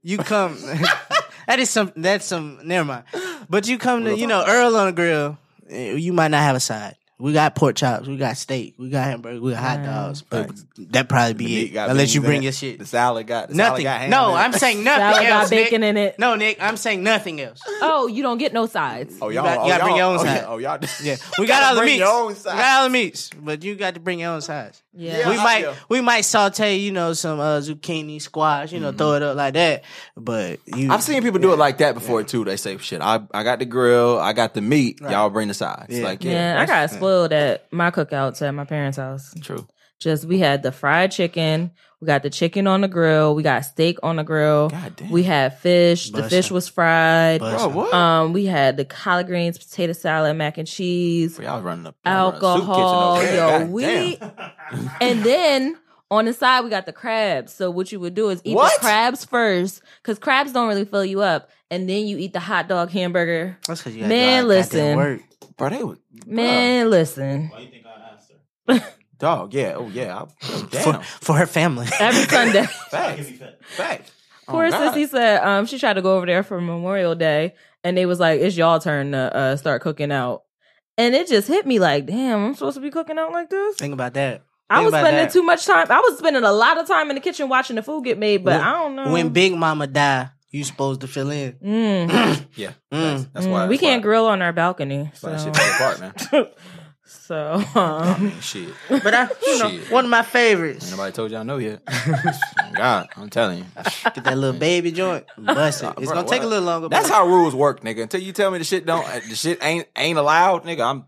[SPEAKER 3] you come. that is some. That's some. Never mind. But you come to you know Earl on the grill. eh, You might not have a side. We got pork chops. We got steak. We got hamburger. We got hot dogs. But
[SPEAKER 2] Facts.
[SPEAKER 3] that probably
[SPEAKER 2] The
[SPEAKER 3] be
[SPEAKER 2] meat
[SPEAKER 3] it.
[SPEAKER 2] got
[SPEAKER 3] Unless you
[SPEAKER 2] beans in
[SPEAKER 3] bring
[SPEAKER 2] it.
[SPEAKER 3] your shit.
[SPEAKER 2] The salad got the Salad
[SPEAKER 3] nothing.
[SPEAKER 2] got ham
[SPEAKER 3] no,
[SPEAKER 2] in it.
[SPEAKER 3] I'm saying nothing
[SPEAKER 4] Salad got
[SPEAKER 3] else. Nick.
[SPEAKER 4] bacon in it.
[SPEAKER 3] No, Nick. I'm saying nothing else.
[SPEAKER 4] Oh, you don't get no sides.
[SPEAKER 2] Oh y'all,
[SPEAKER 3] you gotta-
[SPEAKER 2] oh,
[SPEAKER 3] you gotta bring
[SPEAKER 2] y'all-
[SPEAKER 3] your own
[SPEAKER 2] oh,
[SPEAKER 3] side.
[SPEAKER 2] Yeah, oh y'all,
[SPEAKER 3] Yeah, we got all the
[SPEAKER 2] bring
[SPEAKER 3] meats.
[SPEAKER 2] your own
[SPEAKER 3] We
[SPEAKER 2] side.
[SPEAKER 3] got all the meats, but you got to bring your own size.
[SPEAKER 4] Yeah. Yeah,
[SPEAKER 3] we
[SPEAKER 2] I-
[SPEAKER 3] might
[SPEAKER 2] yeah.
[SPEAKER 3] we might saute, you know, some uh, zucchini, squash, you know, throw it up like that. But you,
[SPEAKER 2] I've seen people do it like that before too. They say, "Shit, I, I got the grill, I got the meat. Y'all bring the sides."
[SPEAKER 3] Yeah.
[SPEAKER 2] Like, yeah,
[SPEAKER 4] Yeah, I got spoiled at my cookouts at my parents' house.
[SPEAKER 2] true.
[SPEAKER 4] Just we had the fried chicken, we got the chicken on the grill, we got steak on the grill,
[SPEAKER 2] God damn.
[SPEAKER 4] we had fish. The
[SPEAKER 3] Bussin'.
[SPEAKER 4] fish was fried.
[SPEAKER 2] Bro, what?
[SPEAKER 4] Um, we had the collard greens, potato salad, mac and cheese,
[SPEAKER 2] y'all running up y'all running a soup
[SPEAKER 4] alcohol,
[SPEAKER 2] kitchen over
[SPEAKER 4] yo,
[SPEAKER 2] there. God
[SPEAKER 4] we,
[SPEAKER 2] damn.
[SPEAKER 4] and then. On the side, we got the crabs. So what you would do is eat
[SPEAKER 2] What?
[SPEAKER 4] the crabs first, because crabs don't really fill you up, and then you eat the hot dog hamburger.
[SPEAKER 3] That's 'cause you gotta
[SPEAKER 4] Man,
[SPEAKER 3] do all that goddamn
[SPEAKER 4] listen.
[SPEAKER 3] work.
[SPEAKER 2] bro, they was
[SPEAKER 4] Man, listen,
[SPEAKER 2] dog. Yeah, oh yeah, I, damn.
[SPEAKER 3] for her family.
[SPEAKER 4] every Sunday.
[SPEAKER 2] Facts, facts.
[SPEAKER 4] Poor
[SPEAKER 2] Oh, God.
[SPEAKER 4] sissy said um, she tried to go over there for Memorial Day, and they was like, "It's y'all turn to uh, start cooking out." And it just hit me like, "Damn, I'm supposed to be cooking out like this."
[SPEAKER 3] Think about that.
[SPEAKER 4] I
[SPEAKER 3] Think
[SPEAKER 4] was
[SPEAKER 3] about
[SPEAKER 4] spending
[SPEAKER 3] that.
[SPEAKER 4] too much time. I was spending a lot of time in the kitchen watching the food get made, but I don't know.
[SPEAKER 3] When Big Mama die, you supposed to fill in.
[SPEAKER 4] Mm,
[SPEAKER 2] Yeah,
[SPEAKER 3] Mm.
[SPEAKER 2] facts. that's
[SPEAKER 4] mm,
[SPEAKER 2] why
[SPEAKER 4] we
[SPEAKER 2] that's
[SPEAKER 4] can't
[SPEAKER 2] why,
[SPEAKER 4] grill on our balcony,
[SPEAKER 2] That's why that
[SPEAKER 4] so
[SPEAKER 2] shit fell apart, man.
[SPEAKER 4] so um,
[SPEAKER 2] Man, shit, ain't
[SPEAKER 3] But I, you know,
[SPEAKER 2] Shit.
[SPEAKER 3] one of my favorites.
[SPEAKER 2] nobody told y'all no yet. God, I'm telling you,
[SPEAKER 3] Get that little baby joint, bust it. It's
[SPEAKER 2] Bro,
[SPEAKER 3] gonna take a
[SPEAKER 2] what?
[SPEAKER 3] little longer.
[SPEAKER 2] That's
[SPEAKER 3] but-
[SPEAKER 2] how rules work, nigga. Until you tell me the shit don't, uh, the shit ain't ain't allowed, nigga. I'm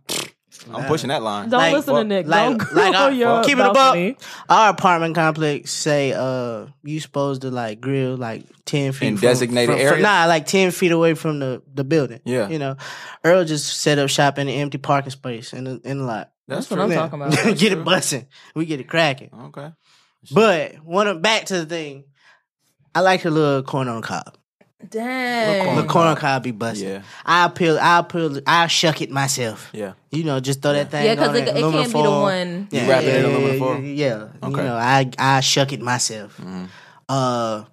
[SPEAKER 2] I'm pushing that line.
[SPEAKER 4] don't
[SPEAKER 3] Like-
[SPEAKER 4] listen to Nick.
[SPEAKER 3] like-
[SPEAKER 4] don't
[SPEAKER 3] like
[SPEAKER 4] grill
[SPEAKER 3] I-
[SPEAKER 4] your
[SPEAKER 3] keep it above.
[SPEAKER 4] balcony.
[SPEAKER 3] Our apartment complex say uh you supposed to like grill like ten feet
[SPEAKER 2] In
[SPEAKER 3] from-
[SPEAKER 2] designated
[SPEAKER 3] from- from-
[SPEAKER 2] areas?
[SPEAKER 3] Nah, like ten feet away from the the building.
[SPEAKER 2] Yeah.
[SPEAKER 3] you know, Earl just set up shop in an empty parking space in the, in the lot.
[SPEAKER 4] That's what I'm
[SPEAKER 3] Yeah.
[SPEAKER 4] talking about.
[SPEAKER 3] get it busting. We get it cracking.
[SPEAKER 2] Okay.
[SPEAKER 3] But when I'm back to the thing, I like the little corn on the cob.
[SPEAKER 4] Dang.
[SPEAKER 3] The corn on the cob be busting.
[SPEAKER 2] Yeah.
[SPEAKER 3] I'll peel. I'll peel. I'll shuck it myself.
[SPEAKER 2] Yeah.
[SPEAKER 3] You know, just throw that thing.
[SPEAKER 4] Yeah, 'cause
[SPEAKER 3] on
[SPEAKER 4] it-
[SPEAKER 3] that
[SPEAKER 4] it can't be the
[SPEAKER 3] aluminum foil.
[SPEAKER 4] one-
[SPEAKER 2] You wrap it in aluminum foil?
[SPEAKER 3] Yeah, yeah.
[SPEAKER 2] Okay. Mm-hmm.
[SPEAKER 3] you know, I I shuck it myself. Uh,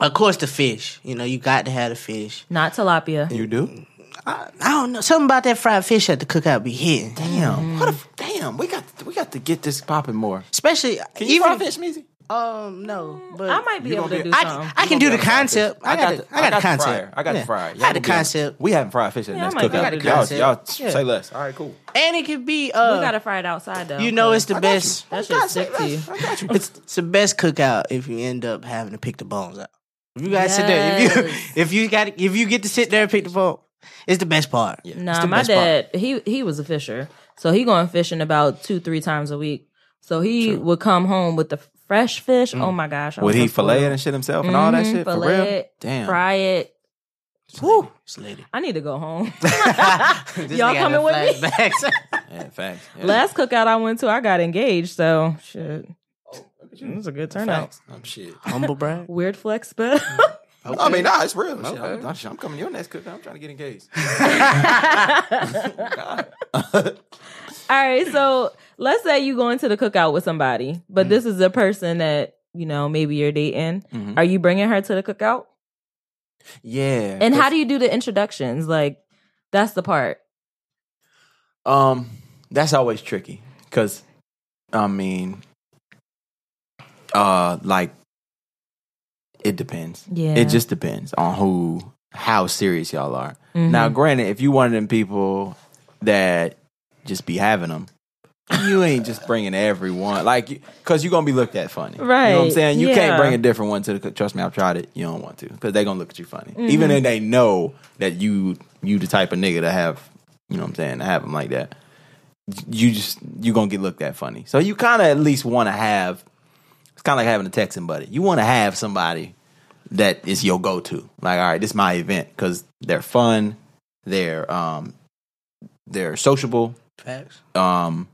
[SPEAKER 3] of course the fish. You know, you got to have the fish.
[SPEAKER 4] Not tilapia.
[SPEAKER 2] You do?
[SPEAKER 3] I, I don't know something about that fried fish at the cookout be hitting,
[SPEAKER 2] Damn. What a f- damn. We got we got to get this popping more.
[SPEAKER 3] especially
[SPEAKER 2] Can you fry fish, Mm, Meezy?
[SPEAKER 3] Um, no, but
[SPEAKER 4] I might be
[SPEAKER 2] You
[SPEAKER 4] able
[SPEAKER 2] gonna
[SPEAKER 4] to
[SPEAKER 2] be-
[SPEAKER 4] do
[SPEAKER 3] I,
[SPEAKER 4] something.
[SPEAKER 3] can- I can do the concept. I got, the, I got, the concept.
[SPEAKER 2] fryer. I got
[SPEAKER 3] Yeah.
[SPEAKER 2] the fryer.
[SPEAKER 3] I got the
[SPEAKER 2] gonna be on-
[SPEAKER 3] concept.
[SPEAKER 2] We haven't fried fish at the
[SPEAKER 4] Yeah,
[SPEAKER 2] next
[SPEAKER 4] I might be able to
[SPEAKER 2] cookout.
[SPEAKER 4] do
[SPEAKER 2] Y'all,
[SPEAKER 3] that.
[SPEAKER 2] y'all say
[SPEAKER 3] Yeah.
[SPEAKER 2] less. All right, cool.
[SPEAKER 3] And it could be uh,
[SPEAKER 4] we gotta fry it outside though.
[SPEAKER 3] you know, it's the
[SPEAKER 2] I got
[SPEAKER 3] best.
[SPEAKER 2] you.
[SPEAKER 4] That
[SPEAKER 2] I
[SPEAKER 4] shit's
[SPEAKER 2] got you.
[SPEAKER 4] sick to you.
[SPEAKER 2] I got you.
[SPEAKER 3] It's, it's the best cookout if you end up having to pick the bones out. If you guys sit there,
[SPEAKER 4] Yes.
[SPEAKER 3] if you if you got if you get to sit there and pick the bone, it's the best part.
[SPEAKER 2] Yeah.
[SPEAKER 3] It's
[SPEAKER 4] Nah,
[SPEAKER 3] the
[SPEAKER 4] my
[SPEAKER 3] best part.
[SPEAKER 4] dad, he he was a fisher. So he going fishing about two, three times a week. So he would come home with the fresh fish. Oh my gosh. I
[SPEAKER 2] Mm. Would
[SPEAKER 4] was
[SPEAKER 2] he
[SPEAKER 4] so spoiled.
[SPEAKER 2] fillet it and shit himself and all that
[SPEAKER 4] Mhm,
[SPEAKER 2] shit? For
[SPEAKER 4] fillet
[SPEAKER 2] real?
[SPEAKER 4] it,
[SPEAKER 2] Damn.
[SPEAKER 4] Fry it.
[SPEAKER 3] Woo, it's lady.
[SPEAKER 4] I need to go home.
[SPEAKER 3] This
[SPEAKER 4] Y'all
[SPEAKER 3] nigga had
[SPEAKER 4] coming with me?
[SPEAKER 3] flashbacks.
[SPEAKER 2] Yeah, facts. Yeah.
[SPEAKER 4] Last cookout I went to, I got engaged. So shit.
[SPEAKER 2] Oh,
[SPEAKER 4] It was a good turnout.
[SPEAKER 2] Facts. Oh, shit.
[SPEAKER 3] Humble brag.
[SPEAKER 4] Weird flex, but
[SPEAKER 2] I mean, nah, it's real. Shit, I'm, I'm, I'm coming to your next cookout. I'm trying to get engaged.
[SPEAKER 4] All right, so let's say you go into the cookout with somebody, but
[SPEAKER 2] Mm.
[SPEAKER 4] this is a person that you know maybe you're dating.
[SPEAKER 2] Mm-hmm.
[SPEAKER 4] Are you bringing her to the cookout?
[SPEAKER 2] Yeah.
[SPEAKER 4] And how do you do the introductions? Like, that's the part.
[SPEAKER 2] Um, that's always tricky because, I mean, uh, like it depends.
[SPEAKER 4] Yeah.
[SPEAKER 2] it just depends on who, how serious y'all are. Now,
[SPEAKER 4] Mm-hmm.
[SPEAKER 2] granted, if you one of them people that just be having them, you ain't just bringing everyone like because you're gonna be looked at funny, You know what I'm
[SPEAKER 4] Right.
[SPEAKER 2] saying? You
[SPEAKER 4] Yeah.
[SPEAKER 2] can't bring a different one to the. cook- Trust me, I've tried it. You don't want to because they're gonna look at you funny, even if they know that you you the type of nigga to have. You know what I'm saying? To have them like that you just you gonna get looked at funny. So you kind of at least want to have. It's kind of like having a Texan buddy. You want to have somebody that is your go to. Like, all right, this is my event because they're fun, they're um, they're sociable,
[SPEAKER 3] Facts.
[SPEAKER 2] um,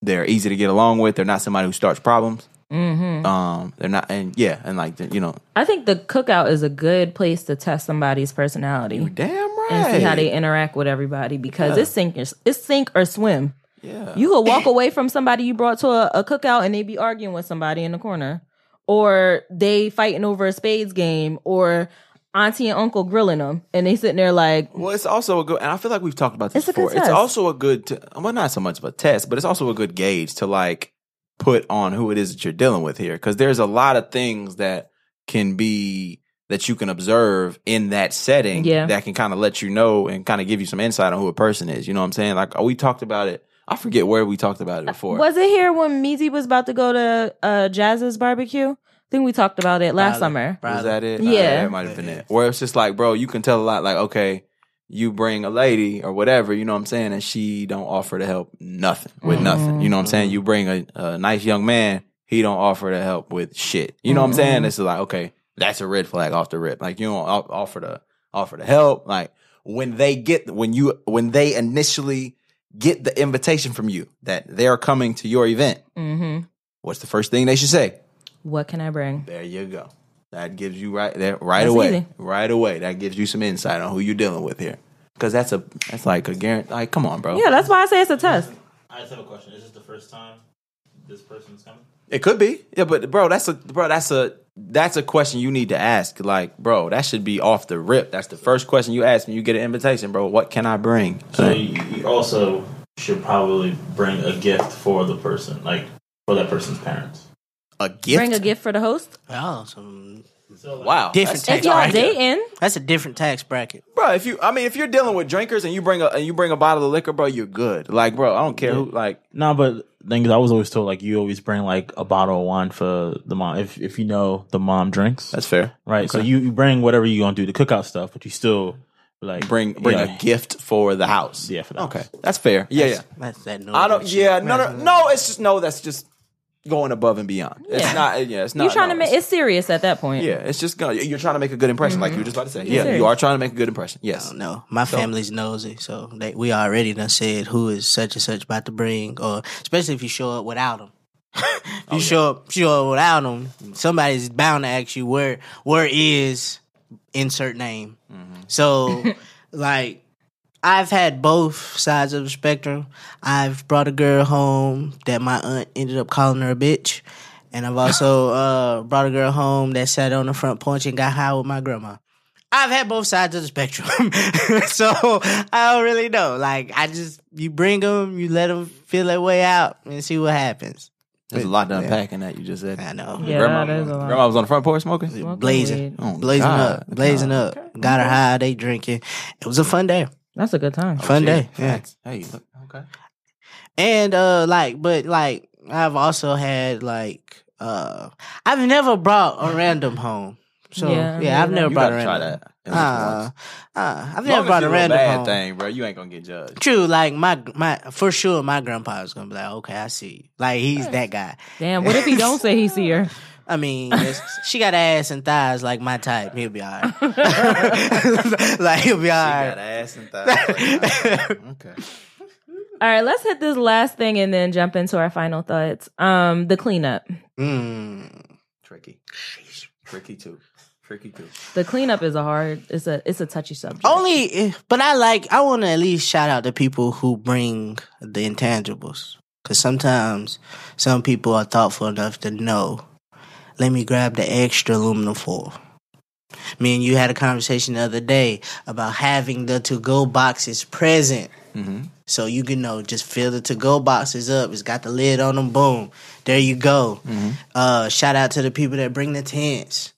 [SPEAKER 2] they're easy to get along with. They're not somebody who starts problems.
[SPEAKER 4] hmm
[SPEAKER 2] Um, they're not, and yeah, and like you know,
[SPEAKER 4] I think the cookout is a good place to test somebody's personality
[SPEAKER 2] damn right.
[SPEAKER 4] and see how they interact with everybody because it's sink or, it's sink or swim.
[SPEAKER 2] yeah.
[SPEAKER 4] You could walk away from somebody you brought to a, a cookout and they be arguing with somebody in the corner, or they fighting over a spades game, or auntie and uncle grilling them, and they sitting there like,
[SPEAKER 2] Well, it's also a good, and I feel like we've talked about this
[SPEAKER 4] It's a good
[SPEAKER 2] before. It's
[SPEAKER 4] test.
[SPEAKER 2] also a good, t- well, not so much of a test, but it's also a good gauge to like put on who it is that you're dealing with here, because there's a lot of things that can be that you can observe in that setting
[SPEAKER 4] Yeah.
[SPEAKER 2] that can kind of let you know and kind of give you some insight on who a person is. You know what I'm saying? Like we talked about it. I forget where we talked
[SPEAKER 4] Uh,
[SPEAKER 2] about it before.
[SPEAKER 4] "Was it here when Meezy was about to go to uh, Jazz's barbecue?" I think we talked about it last summer.
[SPEAKER 2] Was that it?
[SPEAKER 4] Yeah.
[SPEAKER 2] that might have been it. Where it's just like, bro, you can tell a lot. Like, okay, you bring a lady or whatever, you know what I'm saying, and she don't offer to help nothing with nothing. You know what I'm saying? You bring a, a nice young man, he don't offer to help with shit. You know what I'm saying? It's like, okay, that's a red flag off the rip. Like, you don't o- offer to offer to help. Like when they get when you when they initially get the invitation from you that they're coming to your event.
[SPEAKER 4] hmm
[SPEAKER 2] What's the first thing they should say?
[SPEAKER 4] What can I bring?
[SPEAKER 2] There you go. That gives you right there, right
[SPEAKER 4] That's
[SPEAKER 2] away,
[SPEAKER 4] easy.
[SPEAKER 2] right away. That gives you some insight on who you're dealing with here, because that's a that's like a guarantee. Like, come on, bro.
[SPEAKER 4] Yeah, that's why I say it's a test.
[SPEAKER 5] I just have a question. Is this the first time this person's coming?
[SPEAKER 2] It could be. Yeah, but bro, that's a bro, that's a that's a question you need to ask. Like, bro, that should be off the rip. That's the first question you ask when you get an invitation, bro. What can I bring?
[SPEAKER 5] So you, you also should probably bring a gift for the person, like for that person's parents.
[SPEAKER 2] a gift.
[SPEAKER 4] Bring a gift for the host.
[SPEAKER 3] Oh, some
[SPEAKER 5] So like,
[SPEAKER 2] Wow,
[SPEAKER 3] different
[SPEAKER 2] That's-
[SPEAKER 3] tax
[SPEAKER 4] If y'all
[SPEAKER 3] bracket.
[SPEAKER 4] dating,
[SPEAKER 3] That's a different tax bracket.
[SPEAKER 2] bro. If you, I mean, if you're dealing with drinkers and you bring a and you bring a bottle of liquor, bro, you're good. Like, bro, I don't care who. Like,
[SPEAKER 5] No, but thing is, I was always told like you always bring like a bottle of wine for the mom if if you know the mom drinks,
[SPEAKER 2] that's fair.
[SPEAKER 5] right? So you, you bring whatever you gonna do the cookout stuff, but you still like
[SPEAKER 2] Bring bring
[SPEAKER 5] yeah,
[SPEAKER 2] a gift for the house.
[SPEAKER 5] yeah for that.
[SPEAKER 2] Okay, that's fair. Yeah, yeah.
[SPEAKER 3] That's that.
[SPEAKER 2] I don't.
[SPEAKER 3] northern shit.
[SPEAKER 2] Yeah, no, no, no. It's just no. That's just going above and beyond.
[SPEAKER 4] Yeah.
[SPEAKER 2] It's not. Yeah, it's not.
[SPEAKER 4] you trying to
[SPEAKER 2] no,
[SPEAKER 4] make
[SPEAKER 2] it's-
[SPEAKER 4] it's Mm-hmm. serious at that point.
[SPEAKER 2] Yeah, it's just gonna. You're trying to make a good impression, like you were just about to say. Yeah,
[SPEAKER 4] serious.
[SPEAKER 2] you are trying to make a good impression. Yes.
[SPEAKER 3] don't know. My family's nosy, so they, we already done said who is such and such about to bring, or especially if you show up without them. if you show up, show up without them, somebody's bound to ask you where where is insert name. So, like, I've had both sides of the spectrum. I've brought a girl home that my aunt ended up calling her a bitch. And I've also uh, brought a girl home that sat on the front porch and got high with my grandma. I've had both sides of the spectrum. so I don't really know. Like, I just, you bring them, you let them feel their way out and see what happens.
[SPEAKER 2] There's a lot to unpack in that you just said.
[SPEAKER 3] I know.
[SPEAKER 4] Yeah,
[SPEAKER 2] grandma,
[SPEAKER 4] that is a lot.
[SPEAKER 2] grandma was on the front porch smoking.
[SPEAKER 4] Smoking
[SPEAKER 3] Blazing.
[SPEAKER 4] weed.
[SPEAKER 2] Oh,
[SPEAKER 3] Blazing
[SPEAKER 2] God.
[SPEAKER 3] up. Blazing up. Got her high, they drinking. It was a fun day.
[SPEAKER 4] That's a good time.
[SPEAKER 3] Fun day. Yeah.
[SPEAKER 2] Facts. Hey, look, okay.
[SPEAKER 3] And uh like but like I've also had like uh I've never brought a random home. So
[SPEAKER 4] Yeah,
[SPEAKER 3] yeah,
[SPEAKER 4] I
[SPEAKER 3] I've
[SPEAKER 4] mean,
[SPEAKER 3] never
[SPEAKER 2] You
[SPEAKER 3] brought a
[SPEAKER 2] gotta try
[SPEAKER 3] random.
[SPEAKER 2] that. at least
[SPEAKER 3] Uh,
[SPEAKER 2] once.
[SPEAKER 3] uh, I've
[SPEAKER 2] Long
[SPEAKER 3] never
[SPEAKER 2] as
[SPEAKER 3] brought
[SPEAKER 2] you
[SPEAKER 3] a
[SPEAKER 2] do
[SPEAKER 3] random
[SPEAKER 2] bad
[SPEAKER 3] home.
[SPEAKER 2] thing, bro. You ain't gonna get judged.
[SPEAKER 3] True, like my my for sure my grandpa is gonna be like, okay, I see. You. Like he's that guy.
[SPEAKER 4] Damn, what if he don't say he see her?
[SPEAKER 3] I mean, it's- she got ass and thighs like my type. He'll be all right. like he'll be all
[SPEAKER 2] She
[SPEAKER 3] right.
[SPEAKER 2] got ass and thighs. okay.
[SPEAKER 4] All right, let's hit this last thing and then jump into our final thoughts. Um, the cleanup.
[SPEAKER 3] Mm.
[SPEAKER 2] Tricky. Tricky too. Tricky too.
[SPEAKER 4] The cleanup is a hard. It's a it's a touchy subject.
[SPEAKER 2] Oh,
[SPEAKER 3] Only, if- but I like. I want to at least shout out the people who bring the intangibles, because sometimes some people are thoughtful enough to know. Let me grab the extra aluminum foil. Me and you had a conversation the other day about having the to-go boxes present, so you can know. Just fill the to-go boxes up. It's got the lid on them. Boom, there you go. Uh, shout out to the people that bring the tents.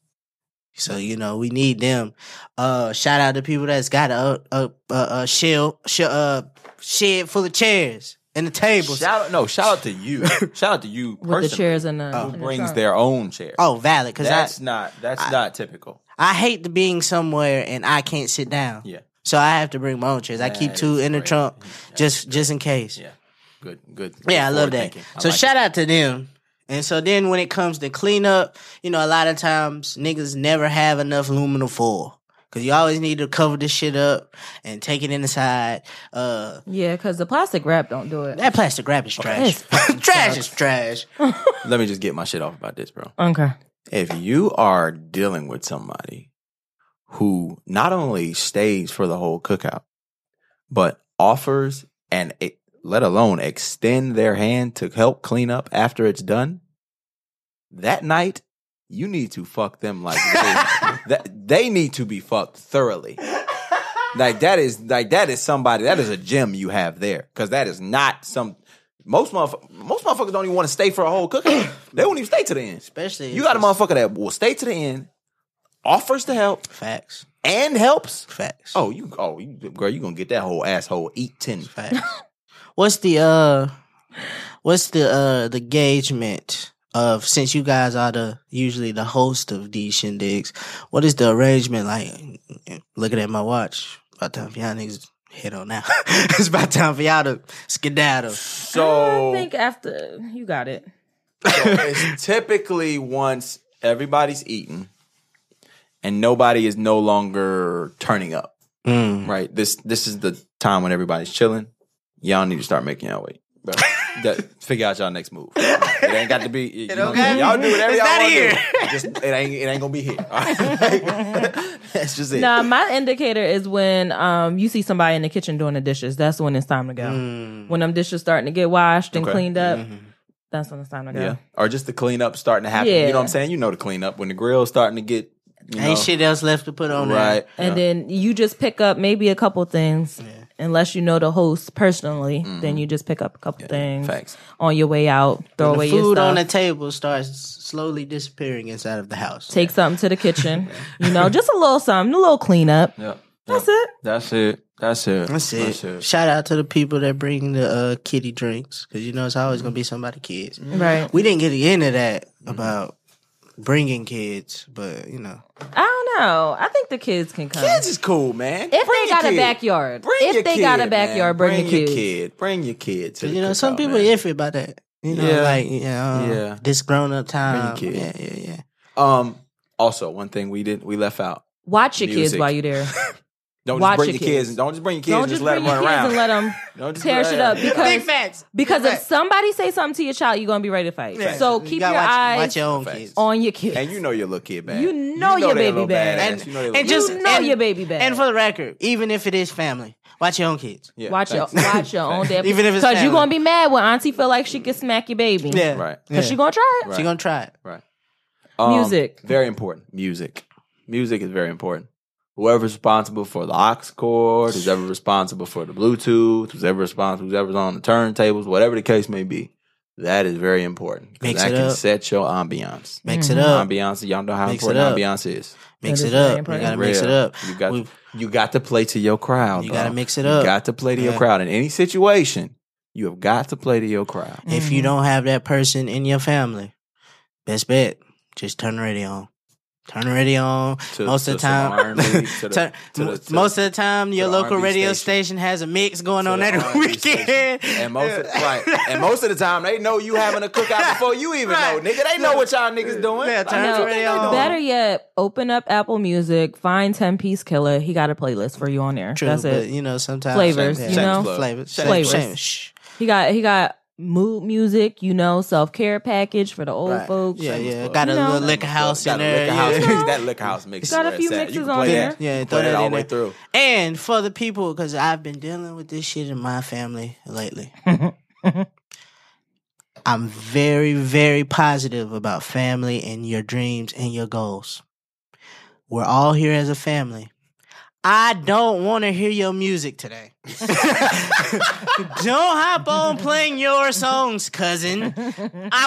[SPEAKER 3] So you know we need them. Uh, shout out to people that's got a a a, a shell sh- uh, shed full of chairs and the tables.
[SPEAKER 2] Shout out, no, shout out to you. shout out to you
[SPEAKER 4] with the
[SPEAKER 2] personally.
[SPEAKER 4] chairs and the
[SPEAKER 2] who
[SPEAKER 4] in the
[SPEAKER 2] brings
[SPEAKER 4] trunk.
[SPEAKER 2] their own chair.
[SPEAKER 3] oh, valid, because I
[SPEAKER 2] that's not that's not typical.
[SPEAKER 3] I hate to being somewhere and I can't sit down.
[SPEAKER 2] Yeah.
[SPEAKER 3] So I have to bring my own chairs. I keep
[SPEAKER 2] That
[SPEAKER 3] two
[SPEAKER 2] is
[SPEAKER 3] in the
[SPEAKER 2] great.
[SPEAKER 3] trunk just just in case.
[SPEAKER 2] Yeah. Good. Good.
[SPEAKER 3] Yeah, I love
[SPEAKER 2] forward
[SPEAKER 3] that.
[SPEAKER 2] thinking. I
[SPEAKER 3] so
[SPEAKER 2] like
[SPEAKER 3] shout
[SPEAKER 2] it.
[SPEAKER 3] out to them. And so then when it comes to cleanup, you know, a lot of times niggas never have enough aluminum foil. Cause you always need to cover this shit up and take it inside. Uh
[SPEAKER 4] Yeah, because the plastic wrap don't do it.
[SPEAKER 3] that plastic wrap is trash.
[SPEAKER 4] It's fucking
[SPEAKER 3] trash is trash.
[SPEAKER 2] Let me just get my shit off about this, bro.
[SPEAKER 4] Okay.
[SPEAKER 2] If you are dealing with somebody who not only stays for the whole cookout, but offers and e- let alone extend their hand to help clean up after it's done, that night you need to fuck them like they, that, they need to be fucked thoroughly. Like that is like that is somebody that is a gem you have there because that is not some most motherf- most motherfuckers don't even want to stay for a whole cookout. they won't even stay to the end.
[SPEAKER 3] Especially
[SPEAKER 2] You got a
[SPEAKER 3] if it's
[SPEAKER 2] motherfucker that will stay to the end, offers to help,
[SPEAKER 3] facts.
[SPEAKER 2] and helps.
[SPEAKER 3] Facts.
[SPEAKER 2] Oh, you, oh, you, girl, you gonna get that whole asshole eat ten.
[SPEAKER 3] Facts. what's the uh what's the uh the engagement of since you guys are the usually the host of these shindigs, what is the arrangement like? Looking at my watch, about time for y'all niggas head on out. it's about time for y'all to skedaddle.
[SPEAKER 2] So,
[SPEAKER 4] I think after you got it.
[SPEAKER 2] so it's typically once everybody's eaten and nobody is no longer turning up.
[SPEAKER 3] Mm.
[SPEAKER 2] Right. This this is the time when everybody's chilling. Y'all need to start making y'all way. Bro, that, figure out y'all next move. It ain't got to be. You know what I'm
[SPEAKER 3] okay.
[SPEAKER 2] saying? y'all do whatever
[SPEAKER 3] It's
[SPEAKER 2] y'all
[SPEAKER 3] not
[SPEAKER 2] want to do.
[SPEAKER 3] here.
[SPEAKER 2] It Just it ain't it ain't gonna be here. All right? That's just it.
[SPEAKER 4] Now my indicator is when um you see somebody in the kitchen doing the dishes. That's when it's time to go. When them dishes starting to get washed and
[SPEAKER 2] Mm. Okay. Mm-hmm.
[SPEAKER 4] cleaned up, that's when it's time to go.
[SPEAKER 2] Yeah. Or just the cleanup starting to happen. You
[SPEAKER 4] Yeah.
[SPEAKER 2] know what I'm saying? You know the cleanup. When the grill's starting to get you know,
[SPEAKER 3] Ain't shit else left to put on
[SPEAKER 2] right.
[SPEAKER 4] And then you just pick up maybe a couple things. Unless you know the host personally,
[SPEAKER 2] Mm-hmm.
[SPEAKER 4] then you just pick up a couple things
[SPEAKER 2] Facts.
[SPEAKER 4] on your way out. Throw
[SPEAKER 3] there.
[SPEAKER 4] away
[SPEAKER 3] The food
[SPEAKER 4] your
[SPEAKER 3] on
[SPEAKER 4] stuff.
[SPEAKER 3] the table starts slowly disappearing inside of the house.
[SPEAKER 4] take something to the kitchen. you know, just a little something, a little cleanup.
[SPEAKER 2] Yeah.
[SPEAKER 4] That's it.
[SPEAKER 2] That's it. That's it.
[SPEAKER 3] That's it. Shout out to the people that bring the uh, kitty drinks because you know it's always gonna be somebody kids.
[SPEAKER 2] Mm-hmm.
[SPEAKER 4] Right.
[SPEAKER 3] We didn't get into that about bringing kids, but you know,
[SPEAKER 4] I don't know. I think the kids can come.
[SPEAKER 2] Kids is cool, man.
[SPEAKER 4] if
[SPEAKER 2] Bring
[SPEAKER 4] they
[SPEAKER 2] your
[SPEAKER 4] got a
[SPEAKER 2] kid.
[SPEAKER 4] backyard.
[SPEAKER 2] Bring
[SPEAKER 4] if
[SPEAKER 2] your
[SPEAKER 4] they got a
[SPEAKER 2] kid, man.
[SPEAKER 4] backyard, bring, your kids.
[SPEAKER 2] kid. Bring your kid. To the
[SPEAKER 3] you know, some
[SPEAKER 2] cookout,
[SPEAKER 3] people
[SPEAKER 2] man.
[SPEAKER 3] iffy about that. You know,
[SPEAKER 2] Yeah.
[SPEAKER 3] like you know,
[SPEAKER 2] Yeah.
[SPEAKER 3] this grown up time.
[SPEAKER 2] kid.
[SPEAKER 3] Yeah, yeah, yeah.
[SPEAKER 2] Um. Also, one thing we didn't we left out.
[SPEAKER 4] Watch your kids
[SPEAKER 2] Music.
[SPEAKER 4] while you're there.
[SPEAKER 2] Don't just
[SPEAKER 4] Watch
[SPEAKER 2] bring
[SPEAKER 4] your
[SPEAKER 2] your kids.
[SPEAKER 4] kids.
[SPEAKER 2] Don't just bring your kids
[SPEAKER 4] Don't
[SPEAKER 2] and just
[SPEAKER 4] just
[SPEAKER 2] let
[SPEAKER 4] bring
[SPEAKER 2] them
[SPEAKER 4] your
[SPEAKER 2] run
[SPEAKER 4] kids
[SPEAKER 2] around.
[SPEAKER 4] and let them
[SPEAKER 2] Don't just
[SPEAKER 4] tear
[SPEAKER 2] let-
[SPEAKER 4] shit up because
[SPEAKER 3] Big facts.
[SPEAKER 4] because if
[SPEAKER 3] facts.
[SPEAKER 4] somebody say something to your child, you're gonna be ready to fight.
[SPEAKER 3] Yeah.
[SPEAKER 4] So
[SPEAKER 3] You
[SPEAKER 4] keep your
[SPEAKER 3] gotta watch,
[SPEAKER 4] eyes
[SPEAKER 3] watch your own
[SPEAKER 2] Facts.
[SPEAKER 3] kids.
[SPEAKER 4] on your kids.
[SPEAKER 2] and you know your little kid bad.
[SPEAKER 4] You know your
[SPEAKER 2] they a
[SPEAKER 4] baby
[SPEAKER 2] little
[SPEAKER 4] bad.
[SPEAKER 2] badass.
[SPEAKER 3] And-
[SPEAKER 2] You know they little
[SPEAKER 3] and just-
[SPEAKER 2] bad.
[SPEAKER 4] You know
[SPEAKER 3] and-
[SPEAKER 4] your baby bad.
[SPEAKER 3] And for the record, even if it is family, watch your own kids.
[SPEAKER 2] Yeah,
[SPEAKER 4] watch your
[SPEAKER 2] facts.
[SPEAKER 4] watch your own damn
[SPEAKER 3] Even if it's
[SPEAKER 4] because you're
[SPEAKER 3] family.
[SPEAKER 4] gonna be mad when Auntie feel like she can smack your baby.
[SPEAKER 3] Yeah,
[SPEAKER 2] Mm-hmm. Right.
[SPEAKER 3] Yeah.
[SPEAKER 4] because she gonna try it.
[SPEAKER 2] Right.
[SPEAKER 3] She gonna try it.
[SPEAKER 2] Right.
[SPEAKER 4] Music.
[SPEAKER 2] Um, Very important. Music. Music is very important. Whoever's responsible for the aux cord, who's ever responsible for the Bluetooth, who's ever responsible, whoever's on the turntables, whatever the case may be, that is very important. 'Cause
[SPEAKER 3] Mix
[SPEAKER 2] that
[SPEAKER 3] it
[SPEAKER 2] can
[SPEAKER 3] up.
[SPEAKER 2] set your ambiance.
[SPEAKER 3] Mix
[SPEAKER 4] Mm-hmm.
[SPEAKER 3] it up.
[SPEAKER 2] Ambiance, y'all know how
[SPEAKER 3] Mix it
[SPEAKER 2] important
[SPEAKER 3] up.
[SPEAKER 2] ambiance is.
[SPEAKER 3] Mix
[SPEAKER 4] That
[SPEAKER 3] it
[SPEAKER 4] is very
[SPEAKER 3] up. You
[SPEAKER 4] important.
[SPEAKER 3] gotta mix it
[SPEAKER 2] Real.
[SPEAKER 3] up.
[SPEAKER 2] You got
[SPEAKER 3] We-
[SPEAKER 2] you got to play to your crowd.
[SPEAKER 3] You
[SPEAKER 2] bro.
[SPEAKER 3] gotta mix it
[SPEAKER 2] You
[SPEAKER 3] up.
[SPEAKER 2] got to play to your
[SPEAKER 3] Yeah.
[SPEAKER 2] crowd in any situation. You have got to play to your crowd.
[SPEAKER 3] If
[SPEAKER 4] Mm-hmm.
[SPEAKER 3] you don't have that person in your family, best bet just turn the radio on. Turn the radio on.
[SPEAKER 2] To-
[SPEAKER 3] most
[SPEAKER 2] to
[SPEAKER 3] of
[SPEAKER 2] some
[SPEAKER 3] the time,
[SPEAKER 2] R&B, to the-
[SPEAKER 3] turn-
[SPEAKER 2] to the- to
[SPEAKER 3] most
[SPEAKER 2] the-
[SPEAKER 3] of the time, your
[SPEAKER 2] the
[SPEAKER 3] local
[SPEAKER 2] R&B
[SPEAKER 3] radio
[SPEAKER 2] station.
[SPEAKER 3] station. has a mix going
[SPEAKER 2] to
[SPEAKER 3] on
[SPEAKER 2] the
[SPEAKER 3] every
[SPEAKER 2] R&B station.
[SPEAKER 3] weekend.
[SPEAKER 2] And most, of, right, and most of the time, they know you having a cookout before you even
[SPEAKER 3] Right.
[SPEAKER 2] know, nigga. They know what y'all niggas doing.
[SPEAKER 3] Yeah, turn
[SPEAKER 2] Like,
[SPEAKER 3] the
[SPEAKER 4] No,
[SPEAKER 3] radio on.
[SPEAKER 4] better yet, open up Apple Music, find Ten Piece Killer. He got a playlist for you on there.
[SPEAKER 3] True,
[SPEAKER 4] That's
[SPEAKER 3] but
[SPEAKER 4] it.
[SPEAKER 3] you know sometimes
[SPEAKER 4] Flavors, you know?
[SPEAKER 3] flavors,
[SPEAKER 4] Flavors.
[SPEAKER 3] Shame- shh.
[SPEAKER 4] He got he got mood music. You know, self care package for the old
[SPEAKER 3] Right.
[SPEAKER 4] folks.
[SPEAKER 3] Yeah,
[SPEAKER 2] Shameless
[SPEAKER 3] yeah.
[SPEAKER 2] plug.
[SPEAKER 3] Got a
[SPEAKER 4] You know.
[SPEAKER 3] little liquor house
[SPEAKER 2] Got
[SPEAKER 3] in
[SPEAKER 2] a
[SPEAKER 3] there.
[SPEAKER 2] liquor house
[SPEAKER 3] yeah.
[SPEAKER 2] mix. That liquor house mix. is
[SPEAKER 4] Got a
[SPEAKER 2] where it's
[SPEAKER 4] few
[SPEAKER 2] at.
[SPEAKER 4] mixes
[SPEAKER 2] you can
[SPEAKER 4] on
[SPEAKER 2] play
[SPEAKER 4] there.
[SPEAKER 2] That.
[SPEAKER 3] Yeah,
[SPEAKER 2] you can
[SPEAKER 3] throw
[SPEAKER 2] play that
[SPEAKER 3] that
[SPEAKER 2] all
[SPEAKER 3] in
[SPEAKER 2] the way
[SPEAKER 3] there.
[SPEAKER 2] through.
[SPEAKER 3] And for the people, because I've been dealing with this shit in my family lately. I'm very, very positive about family and your dreams and your goals. We're all here as a family. I don't want to hear your music today. don't hop on playing your songs, cousin. I,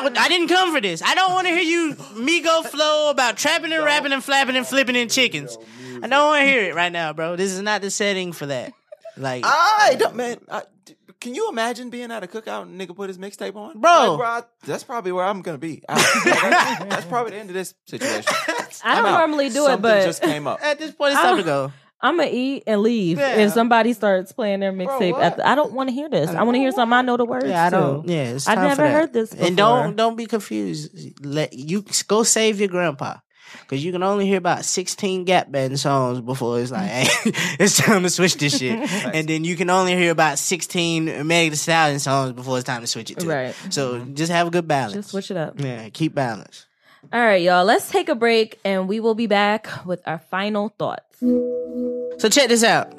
[SPEAKER 3] w- I didn't come for this. I don't want to hear you me go flow about trapping and rapping and flapping and flipping and chickens. I don't want to hear it right now, bro. This is not the setting for that. Like,
[SPEAKER 2] I don't, man. I, d- can you imagine being at a cookout and nigga put his mixtape on,
[SPEAKER 3] Bro.
[SPEAKER 2] Like, bro I- that's probably where I'm gonna be. I- that's, that's probably the end of this situation.
[SPEAKER 4] I don't
[SPEAKER 2] I'm out.
[SPEAKER 4] normally do
[SPEAKER 2] Something
[SPEAKER 4] it, but
[SPEAKER 2] just came up.
[SPEAKER 3] at this point, it's time to go.
[SPEAKER 4] I'm gonna eat and leave
[SPEAKER 3] Yeah.
[SPEAKER 4] if somebody starts playing their mixtape.
[SPEAKER 2] what?
[SPEAKER 4] after. I don't want to hear this. I want to hear something I know the words.
[SPEAKER 3] Yeah, I
[SPEAKER 4] to.
[SPEAKER 3] don't. Yeah, it's
[SPEAKER 4] I
[SPEAKER 3] time
[SPEAKER 4] never
[SPEAKER 3] for that.
[SPEAKER 4] heard this
[SPEAKER 3] And
[SPEAKER 4] before.
[SPEAKER 3] don't don't be confused. Let you go save your grandpa. Cause you can only hear about sixteen Gap Band songs before it's like, hey,
[SPEAKER 4] Mm.
[SPEAKER 3] it's time to switch this shit. and then you can only hear about sixteen Meg Thee Stallion songs before it's time to switch it to.
[SPEAKER 4] Right. Mm-hmm.
[SPEAKER 3] So just have a good balance.
[SPEAKER 4] Just switch it up.
[SPEAKER 3] Yeah, keep balance.
[SPEAKER 4] All right, y'all. Let's take a break, and we will be back with our final thoughts.
[SPEAKER 3] So check this out.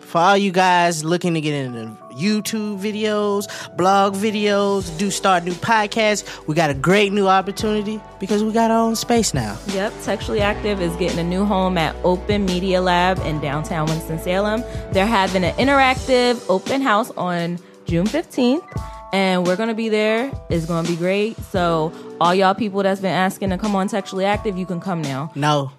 [SPEAKER 3] For all you guys looking to get into YouTube videos, blog videos, do start new podcasts, we got a great new opportunity because we got our own space now.
[SPEAKER 4] Yep, Textually Active is getting a new home at Open Media Lab in downtown Winston-Salem. They're having an interactive open house on June 15th, and we're going to be there. It's going to be great. So, all y'all people that's been asking to come on Textually Active, you can come now.
[SPEAKER 3] No.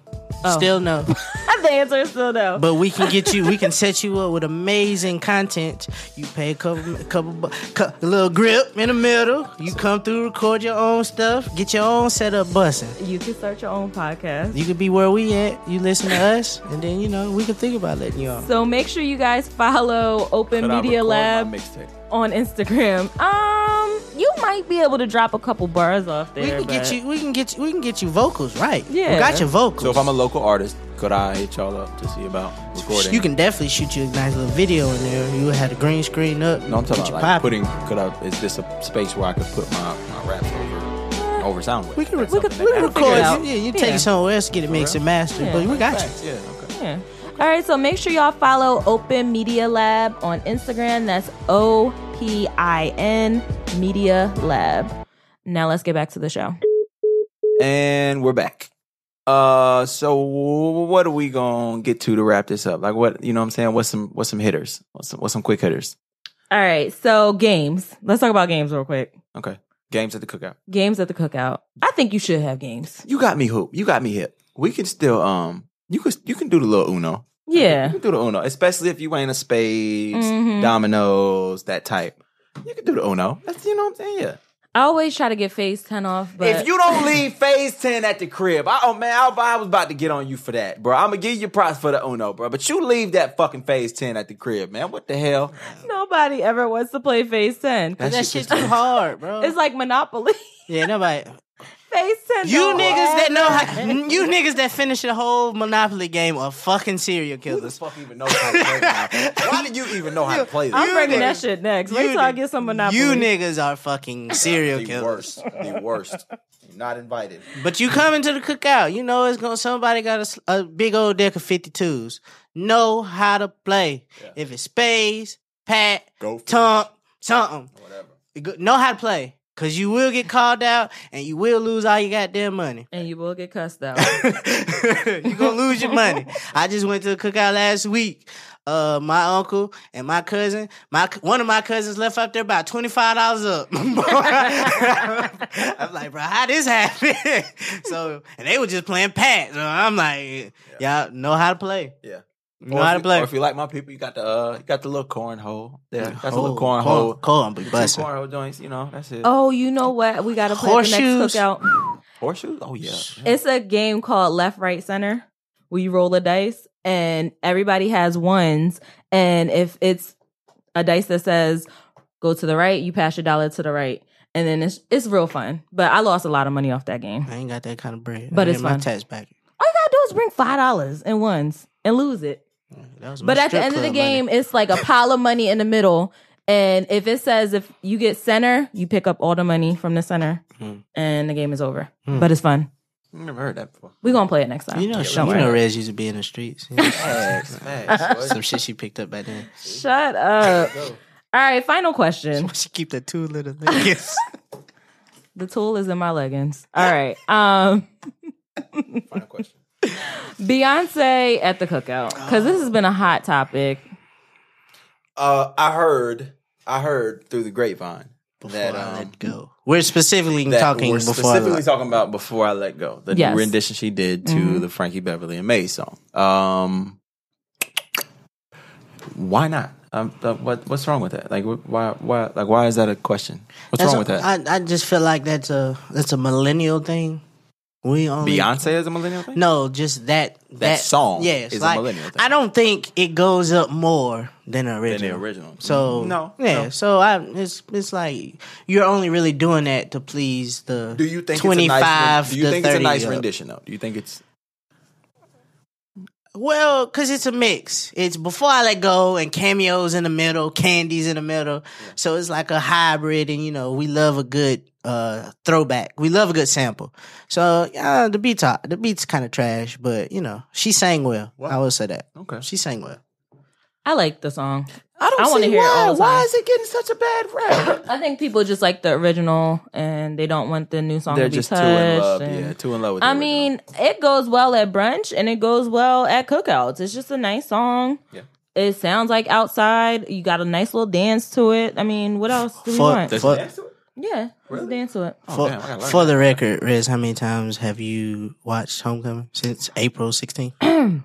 [SPEAKER 3] Still no.
[SPEAKER 4] the answer is still no.
[SPEAKER 3] But we can get you, we can set you up with amazing content. You pay a couple, a couple, bu- cou- a little grip in the middle. You come through, record your own stuff, get your own setup bussing.
[SPEAKER 4] you can start your own podcast.
[SPEAKER 3] You could be where we at. You listen to us, and then, you know, we can think about letting you on.
[SPEAKER 4] So make sure you guys follow Open
[SPEAKER 2] Could I
[SPEAKER 4] Media
[SPEAKER 2] record my
[SPEAKER 4] Lab
[SPEAKER 2] mixtape?
[SPEAKER 4] on Instagram. Um, you might be able to drop a couple bars off there.
[SPEAKER 3] We can
[SPEAKER 4] but-
[SPEAKER 3] get you. We can get you. We can get you vocals right.
[SPEAKER 4] Yeah.
[SPEAKER 3] we got your vocals.
[SPEAKER 2] So if I'm a local artist, could I hit y'all up to see about recording?
[SPEAKER 3] you can definitely shoot you a nice little video in there. You had a green screen up.
[SPEAKER 2] No, I'm talking
[SPEAKER 3] get you
[SPEAKER 2] about like
[SPEAKER 3] popping.
[SPEAKER 2] putting. Could I? Is this a space where I could put my my raps over over sound with?
[SPEAKER 3] We can.
[SPEAKER 2] That's
[SPEAKER 3] We
[SPEAKER 2] something that
[SPEAKER 3] can, we can
[SPEAKER 2] happens.
[SPEAKER 4] figure it
[SPEAKER 3] record.
[SPEAKER 4] out.
[SPEAKER 3] You, yeah, you take
[SPEAKER 4] Yeah.
[SPEAKER 3] it somewhere else, get it mixed and mastered.
[SPEAKER 4] Yeah.
[SPEAKER 3] But we got you.
[SPEAKER 2] Yeah. Okay.
[SPEAKER 4] Yeah. All right, so make sure y'all follow Open Media Lab on Instagram. That's O P I N Media Lab. Now let's get back to the show.
[SPEAKER 2] And we're back. Uh, so what are we gonna get to to wrap this up? Like, what you know? what I'm saying, what's some what's some hitters? What's some, what's some quick hitters?
[SPEAKER 4] All right, so games. Let's talk about games real quick.
[SPEAKER 2] Okay, games at the cookout.
[SPEAKER 4] Games at the cookout. I think you should have games.
[SPEAKER 2] You got me hoop. You got me hip. We can still um. You could you can do the little Uno.
[SPEAKER 4] Yeah.
[SPEAKER 2] You can do the Uno, especially if you ain't a spades,
[SPEAKER 4] Mhm.
[SPEAKER 3] Mm-hmm.
[SPEAKER 2] dominoes, that type. You can do the Uno. That's you know what I'm saying. Yeah.
[SPEAKER 4] I always try to get phase ten off, but
[SPEAKER 2] If you don't leave phase 10 at the crib, I, oh man, I, I was about to get on you for that, bro. I'm gonna give you props for the Uno, bro. But you leave that fucking phase 10 at the crib, man. What the hell?
[SPEAKER 4] nobody ever wants to play phase ten.
[SPEAKER 3] That shit too hard, bro.
[SPEAKER 4] It's like Monopoly.
[SPEAKER 3] yeah, nobody.
[SPEAKER 4] phase ten.
[SPEAKER 3] You
[SPEAKER 4] don't
[SPEAKER 3] niggas
[SPEAKER 4] have
[SPEAKER 3] that know how, you niggas that finish the whole Monopoly game are fucking serial
[SPEAKER 2] Who the
[SPEAKER 3] killers.
[SPEAKER 2] fuck even knows how to play Monopoly? Why do you even know how to play this?
[SPEAKER 4] I'm
[SPEAKER 3] You
[SPEAKER 4] bringing
[SPEAKER 3] niggas-
[SPEAKER 4] that shit next. Wait
[SPEAKER 3] you
[SPEAKER 4] till I
[SPEAKER 3] niggas-
[SPEAKER 4] get some Monopoly.
[SPEAKER 3] You niggas are fucking serial
[SPEAKER 2] the
[SPEAKER 3] killers.
[SPEAKER 2] worst. The worst. You're not invited.
[SPEAKER 3] But you coming to the cookout, you know it's gonna somebody got a s- a, big old deck of fifty twos. Know how to play. If it's spades, pat,
[SPEAKER 2] Go for
[SPEAKER 3] tump, something.
[SPEAKER 2] it. Whatever.
[SPEAKER 3] Go- Know how to play, cause you will get called out and you will lose all your goddamn money.
[SPEAKER 4] and you will get cussed out.
[SPEAKER 3] You're gonna lose your money. I just went to a cookout last week. Uh, my uncle and my cousin, my c- one of my cousins left out there about twenty five dollars up. I'm like, bro, how this happen? so, and they were just playing pat. So I'm like, y'all know how to play.
[SPEAKER 2] Yeah.
[SPEAKER 3] You know how
[SPEAKER 2] if
[SPEAKER 3] to
[SPEAKER 2] you-
[SPEAKER 3] play.
[SPEAKER 2] Or if you like my people, you got the uh, you got the little cornhole. Yeah, that's a little
[SPEAKER 3] Oh,
[SPEAKER 2] cornhole.
[SPEAKER 3] corn- corn be
[SPEAKER 2] Two
[SPEAKER 3] bussin'.
[SPEAKER 2] cornhole joints. You know, that's it.
[SPEAKER 4] oh, you know what? We gotta play at the
[SPEAKER 3] Horseshoes.
[SPEAKER 4] next cookout.
[SPEAKER 2] Horseshoes. Oh yeah.
[SPEAKER 4] It's a game called Left, Right, Center. where you roll a dice, and everybody has ones. And if it's a dice that says go to the right, you pass your dollar to the right, and then it's it's real fun. But I lost a lot of money off that game.
[SPEAKER 3] I ain't got that kind of bread.
[SPEAKER 4] But
[SPEAKER 3] I
[SPEAKER 4] it's
[SPEAKER 3] get my
[SPEAKER 4] fun.
[SPEAKER 3] tax back.
[SPEAKER 4] All you gotta do is bring five dollars in ones and lose it.
[SPEAKER 3] That was my
[SPEAKER 4] But at the
[SPEAKER 3] strip
[SPEAKER 4] end of the
[SPEAKER 3] club money.
[SPEAKER 4] game, it's like a pile of money in the middle. And if it says if you get center, you pick up all the money from the center
[SPEAKER 2] Hmm.
[SPEAKER 4] and the game is over. But it's fun.
[SPEAKER 2] I've never heard that before.
[SPEAKER 4] We're gonna play it next time.
[SPEAKER 3] you know,
[SPEAKER 4] Don't
[SPEAKER 3] you
[SPEAKER 4] worry.
[SPEAKER 3] know, Rez used to be in the streets.
[SPEAKER 2] Facts, facts, boy.
[SPEAKER 3] Some shit she picked up back then.
[SPEAKER 4] Shut up. all right, final question.
[SPEAKER 3] She keep the two little niggas.
[SPEAKER 4] The tool is in my leggings. All right. Um
[SPEAKER 2] Final question.
[SPEAKER 4] Beyonce at the cookout. Because this has been a hot topic.
[SPEAKER 2] Uh, I heard, I heard through the grapevine that
[SPEAKER 3] before I
[SPEAKER 2] um,
[SPEAKER 3] let go. We're specifically
[SPEAKER 2] that
[SPEAKER 3] talking
[SPEAKER 2] we're
[SPEAKER 3] before I
[SPEAKER 2] specifically
[SPEAKER 3] let-
[SPEAKER 2] talking about before I let go, the
[SPEAKER 4] Yes. Mm-hmm.
[SPEAKER 2] new rendition she did to the Frankie Beverly and May song. Um, why not? Um, uh, what what's wrong with that? Like wh- why why like why is that a question? What's
[SPEAKER 3] That's
[SPEAKER 2] wrong with
[SPEAKER 3] a-
[SPEAKER 2] that?
[SPEAKER 3] I, I just feel like that's a that's a millennial thing. We only
[SPEAKER 2] Beyonce is a millennial thing.
[SPEAKER 3] No, just that that,
[SPEAKER 2] song
[SPEAKER 3] Yes,
[SPEAKER 2] is a
[SPEAKER 3] like,
[SPEAKER 2] millennial thing.
[SPEAKER 3] I don't think it goes up more than the
[SPEAKER 2] than
[SPEAKER 3] original.
[SPEAKER 2] the original.
[SPEAKER 3] So
[SPEAKER 2] no,
[SPEAKER 3] yeah.
[SPEAKER 2] no.
[SPEAKER 3] So I it's it's like you're only really doing that to please the.
[SPEAKER 2] Do you think
[SPEAKER 3] twenty
[SPEAKER 2] It's a
[SPEAKER 3] five?
[SPEAKER 2] nice, do you
[SPEAKER 3] to
[SPEAKER 2] think it's a
[SPEAKER 3] 30
[SPEAKER 2] nice
[SPEAKER 3] up.
[SPEAKER 2] rendition though? Do you think it's
[SPEAKER 3] Well, because it's a mix. It's before I let go and cameos in the middle, candies in the middle. So it's like a hybrid, and you know we love a good uh throwback. We love a good sample. So yeah, the beats are, the beats kind of trash, but you know she sang well. I will say that.
[SPEAKER 2] okay?
[SPEAKER 3] She sang well.
[SPEAKER 4] I like the song.
[SPEAKER 2] I don't
[SPEAKER 4] I wanna
[SPEAKER 2] see
[SPEAKER 4] hear it
[SPEAKER 2] why.
[SPEAKER 4] all the
[SPEAKER 2] why
[SPEAKER 4] time.
[SPEAKER 2] is it getting such a bad rap?
[SPEAKER 4] I think people just like the original and they don't want the new song
[SPEAKER 2] They're
[SPEAKER 4] to be
[SPEAKER 2] just too
[SPEAKER 4] touched.
[SPEAKER 2] in love.
[SPEAKER 4] and-
[SPEAKER 2] Yeah, too in love with. the
[SPEAKER 4] I
[SPEAKER 2] original.
[SPEAKER 4] mean, it goes well at brunch and it goes well at cookouts. It's just a nice song.
[SPEAKER 2] Yeah.
[SPEAKER 4] It sounds like outside. You got a nice little dance to it. I mean, what else do we
[SPEAKER 3] For
[SPEAKER 4] want?
[SPEAKER 2] Does
[SPEAKER 3] for,
[SPEAKER 2] it dance to it?
[SPEAKER 4] yeah, let's dance to it.
[SPEAKER 2] Oh,
[SPEAKER 3] for,
[SPEAKER 2] damn, I gotta learn
[SPEAKER 3] for
[SPEAKER 2] that.
[SPEAKER 3] the record, Rez, how many times have you watched Homecoming since April 16th?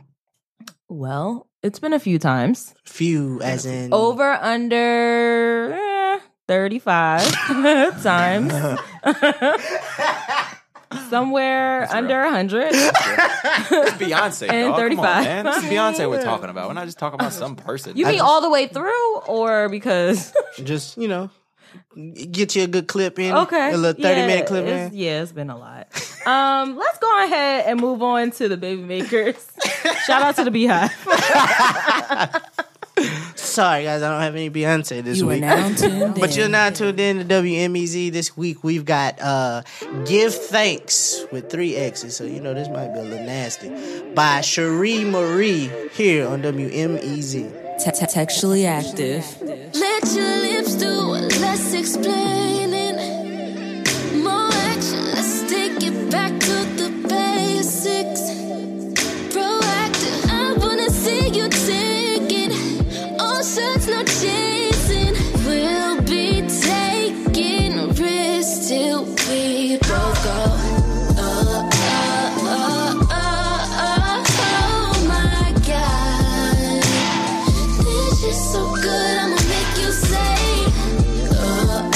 [SPEAKER 4] Well, it's been a few times.
[SPEAKER 3] Few, as in
[SPEAKER 4] Over, under eh, 35 times. Somewhere under 100.
[SPEAKER 2] It's Beyonce.
[SPEAKER 4] And
[SPEAKER 2] dog.
[SPEAKER 4] 35.
[SPEAKER 2] Come on, man. This is Beyonce we're talking about. We're not just talking about some person.
[SPEAKER 4] You
[SPEAKER 2] I
[SPEAKER 4] mean
[SPEAKER 2] just-
[SPEAKER 4] all the way through or because.
[SPEAKER 3] just you know get you a good clip in
[SPEAKER 4] Okay.
[SPEAKER 3] a little 30
[SPEAKER 4] Yeah,
[SPEAKER 3] minute clip
[SPEAKER 4] it's-
[SPEAKER 3] in
[SPEAKER 4] Yeah, it's been a lot. Um, let's go ahead and move on to the baby makers. Shout out to the Beehive.
[SPEAKER 3] sorry guys i don't have any beyonce this week but you're not tuned in to wmez this week we've got uh give thanks with three x's so you know this might be a little nasty by cherie marie here on E wmez
[SPEAKER 6] Textually active.
[SPEAKER 7] Let your lips do less explaining, more action. Let's take it back to the basics. Proactive, I wanna see you take it. All shots, no chasing. We'll be taking risks till we both go. Oh, oh, oh, oh, oh, oh my God. This is so good, I'ma make you say, oh,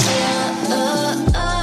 [SPEAKER 7] oh,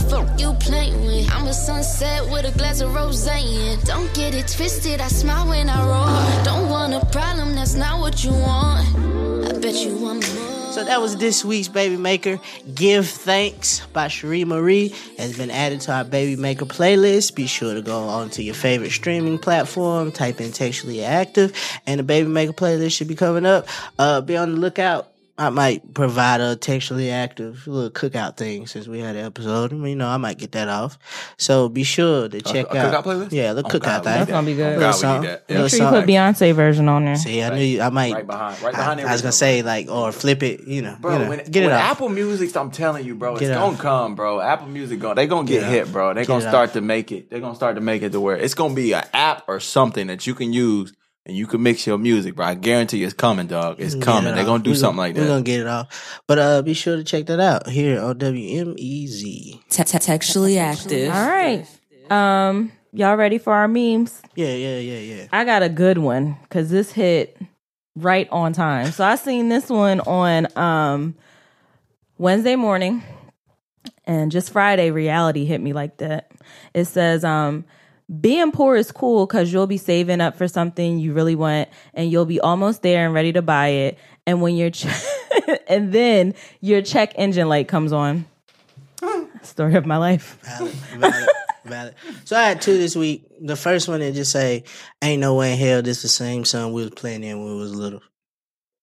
[SPEAKER 7] day. I'm a sunset with a glass of rosé. Don't get it twisted. I smile when I roll. Don't want a problem. That's not what you want. I bet you want more.
[SPEAKER 3] So that was this week's Baby Maker Give Thanks by Cherie Marie. Has been added to our Baby Maker playlist. Be sure to go on to your favorite streaming platform, type in Textually Active, and the Baby Maker playlist should be coming up. Uh, be on the lookout. I might provide a textually active little cookout thing since we had an episode. I mean, you know, I might get that off. So be sure to check
[SPEAKER 2] a cookout
[SPEAKER 3] out.
[SPEAKER 2] playlist?
[SPEAKER 3] Yeah, the
[SPEAKER 2] Oh, God, we
[SPEAKER 3] cookout thing.
[SPEAKER 2] need
[SPEAKER 4] That's gonna be good.
[SPEAKER 2] God,
[SPEAKER 3] Little
[SPEAKER 2] we
[SPEAKER 3] song.
[SPEAKER 2] need that. Yeah.
[SPEAKER 3] Little
[SPEAKER 4] Make sure you
[SPEAKER 3] song.
[SPEAKER 4] put Beyonce version on there.
[SPEAKER 3] See, I knew you, I might.
[SPEAKER 2] Right behind- right
[SPEAKER 3] I-
[SPEAKER 2] behind
[SPEAKER 3] I, was
[SPEAKER 2] everything.
[SPEAKER 3] gonna say like or flip it, you know.
[SPEAKER 2] Bro,
[SPEAKER 3] you know,
[SPEAKER 2] when,
[SPEAKER 3] get it
[SPEAKER 2] when
[SPEAKER 3] off.
[SPEAKER 2] Apple Music, I'm telling you, bro,
[SPEAKER 3] Get
[SPEAKER 2] it's
[SPEAKER 3] it
[SPEAKER 2] gonna
[SPEAKER 3] off.
[SPEAKER 2] come, bro. Apple Music, gonna, they gonna get,
[SPEAKER 3] it off.
[SPEAKER 2] hit, bro. They
[SPEAKER 3] Get
[SPEAKER 2] gonna
[SPEAKER 3] it
[SPEAKER 2] start
[SPEAKER 3] off.
[SPEAKER 2] to make it. They gonna start to make it to where it's gonna be an app or something that you can use and you can mix your music, bro. I guarantee you, it's coming, dog. It's
[SPEAKER 3] Get
[SPEAKER 2] coming.
[SPEAKER 3] it
[SPEAKER 2] They
[SPEAKER 3] off.
[SPEAKER 2] gonna do
[SPEAKER 3] We
[SPEAKER 2] something like
[SPEAKER 3] We're
[SPEAKER 2] that.
[SPEAKER 3] gonna get it off. But uh, be sure to check that out here on E WMEZ.
[SPEAKER 6] Te- te- Textually active.
[SPEAKER 4] All right. Um, y'all ready for our memes?
[SPEAKER 3] Yeah, yeah, yeah, yeah.
[SPEAKER 4] I got a good one because this hit right on time. So I seen this one on um Wednesday morning and just Friday reality hit me like that. It says, um, being poor is cool because you'll be saving up for something you really want and you'll be almost there and ready to buy it. And when your che- and then your check engine light comes on. Story of my life.
[SPEAKER 3] Valid, valid, valid. So I had two this week. The first one that just say, "Ain't no way in hell this the same song we was playing in when we was little."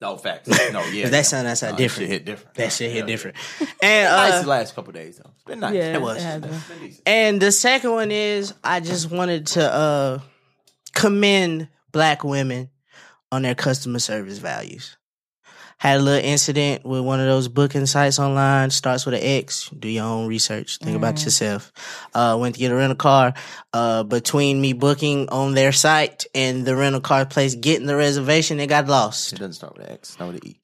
[SPEAKER 2] No facts. No, yeah.
[SPEAKER 3] that sound that's
[SPEAKER 2] Nah, That shit
[SPEAKER 3] different.
[SPEAKER 2] hit different.
[SPEAKER 3] That shit hit different.
[SPEAKER 2] Nice the
[SPEAKER 3] And uh,
[SPEAKER 2] last couple days though. It's been nice.
[SPEAKER 4] Yeah,
[SPEAKER 2] It was.
[SPEAKER 3] was.
[SPEAKER 4] has been.
[SPEAKER 2] It's been decent.
[SPEAKER 3] and the second one is I just wanted to uh commend black women on their customer service values. Had a little incident with one of those booking sites online. Starts with an X. Do your own research. Think
[SPEAKER 2] Mm.
[SPEAKER 3] about yourself. Uh, went to get a rental car. Uh, between me booking on their site and the rental car place getting the reservation, it got
[SPEAKER 2] It
[SPEAKER 3] lost.
[SPEAKER 2] doesn't start with an X. Start with an E.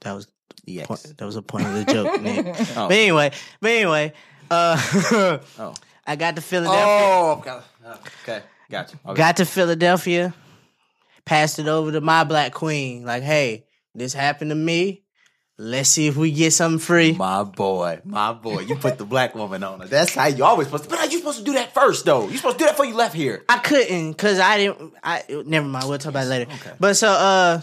[SPEAKER 3] That was
[SPEAKER 2] EX.
[SPEAKER 3] point, that was a point of the joke, Nick.
[SPEAKER 2] Oh.
[SPEAKER 3] But anyway, but anyway, uh,
[SPEAKER 2] Oh.
[SPEAKER 3] I got to Philadelphia.
[SPEAKER 2] Oh, okay. Okay. Gotcha. Okay.
[SPEAKER 3] Got to Philadelphia, passed it over to my black queen. Like, hey, this happened to me. Let's see if we get something free.
[SPEAKER 2] My boy, my boy, you put the black woman on her. That's how you always supposed to. But you supposed to do that first, though. You supposed to do that before you left here.
[SPEAKER 3] I couldn't because I didn't. I never mind. We'll talk about it later. But so, uh,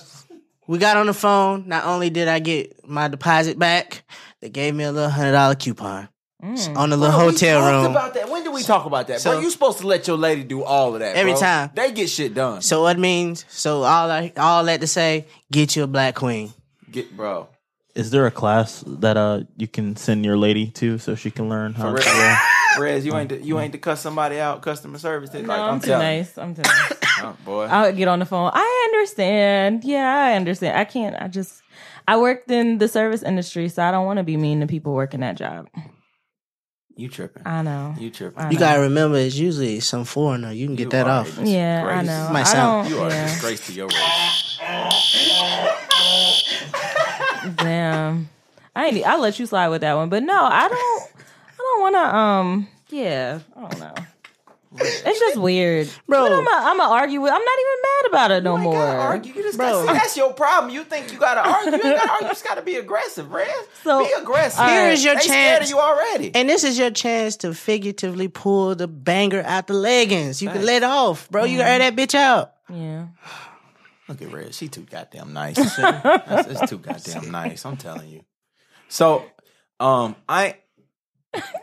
[SPEAKER 3] we got on the phone. Not only did I get my deposit back, they gave me a little hundred dollar coupon on the little
[SPEAKER 2] Mm. we
[SPEAKER 3] hotel
[SPEAKER 2] talked
[SPEAKER 3] room.
[SPEAKER 2] About that. When did we talk about that?
[SPEAKER 3] So-
[SPEAKER 2] bro, you supposed to let your lady do all of that
[SPEAKER 3] Every
[SPEAKER 2] bro.
[SPEAKER 3] time.
[SPEAKER 2] They get shit done.
[SPEAKER 3] so what means? So all I all that to say, get you a black queen.
[SPEAKER 2] Get bro.
[SPEAKER 5] Is there a class that uh you can send your lady to so she can learn how to?
[SPEAKER 2] real?
[SPEAKER 5] Yeah.
[SPEAKER 2] Rez, you ain't to, you ain't to cuss somebody out. Customer service. No,
[SPEAKER 4] No, I'm too Um, nice. I'm too nice.
[SPEAKER 2] Oh, boy.
[SPEAKER 4] I'll get on the phone. I understand. Yeah, I understand. I can't. I just. I worked in the service industry, so I don't want to be mean to people working that job.
[SPEAKER 2] you tripping?
[SPEAKER 4] I know.
[SPEAKER 2] you tripping?
[SPEAKER 3] You gotta remember, it's usually some foreigner. You can get
[SPEAKER 2] You
[SPEAKER 3] that
[SPEAKER 2] are
[SPEAKER 3] off.
[SPEAKER 2] a
[SPEAKER 4] yeah, I
[SPEAKER 2] disgrace.
[SPEAKER 4] know.
[SPEAKER 3] Might
[SPEAKER 4] I
[SPEAKER 3] sound-
[SPEAKER 4] don't-
[SPEAKER 2] You are a
[SPEAKER 4] yeah.
[SPEAKER 2] disgrace to your race.
[SPEAKER 4] Damn. I ain't. I let you slide with that one, but no, I don't. I don't want to. Um. Yeah. I don't know. It's just weird,
[SPEAKER 3] Bro.
[SPEAKER 4] But I'm gonna I'm argue with. I'm not even mad about it no
[SPEAKER 2] You ain't
[SPEAKER 4] more.
[SPEAKER 2] gotta Oh argue. You just gotta-
[SPEAKER 3] Bro.
[SPEAKER 2] see, that's your problem. You think you gotta argue. You ain't gotta argue. You just gotta be aggressive, Rez.
[SPEAKER 4] So,
[SPEAKER 2] be aggressive.
[SPEAKER 4] all right.
[SPEAKER 3] Here's your
[SPEAKER 2] they scared
[SPEAKER 3] chance.
[SPEAKER 2] of you already.
[SPEAKER 3] And this is your chance to figuratively pull the banger out the leggings. You can let off, bro. You can air
[SPEAKER 2] Mm-hmm.
[SPEAKER 3] that bitch out.
[SPEAKER 4] Yeah.
[SPEAKER 2] Look at Red. She too goddamn nice. That's, that's too goddamn nice. I'm telling you. So, um, I,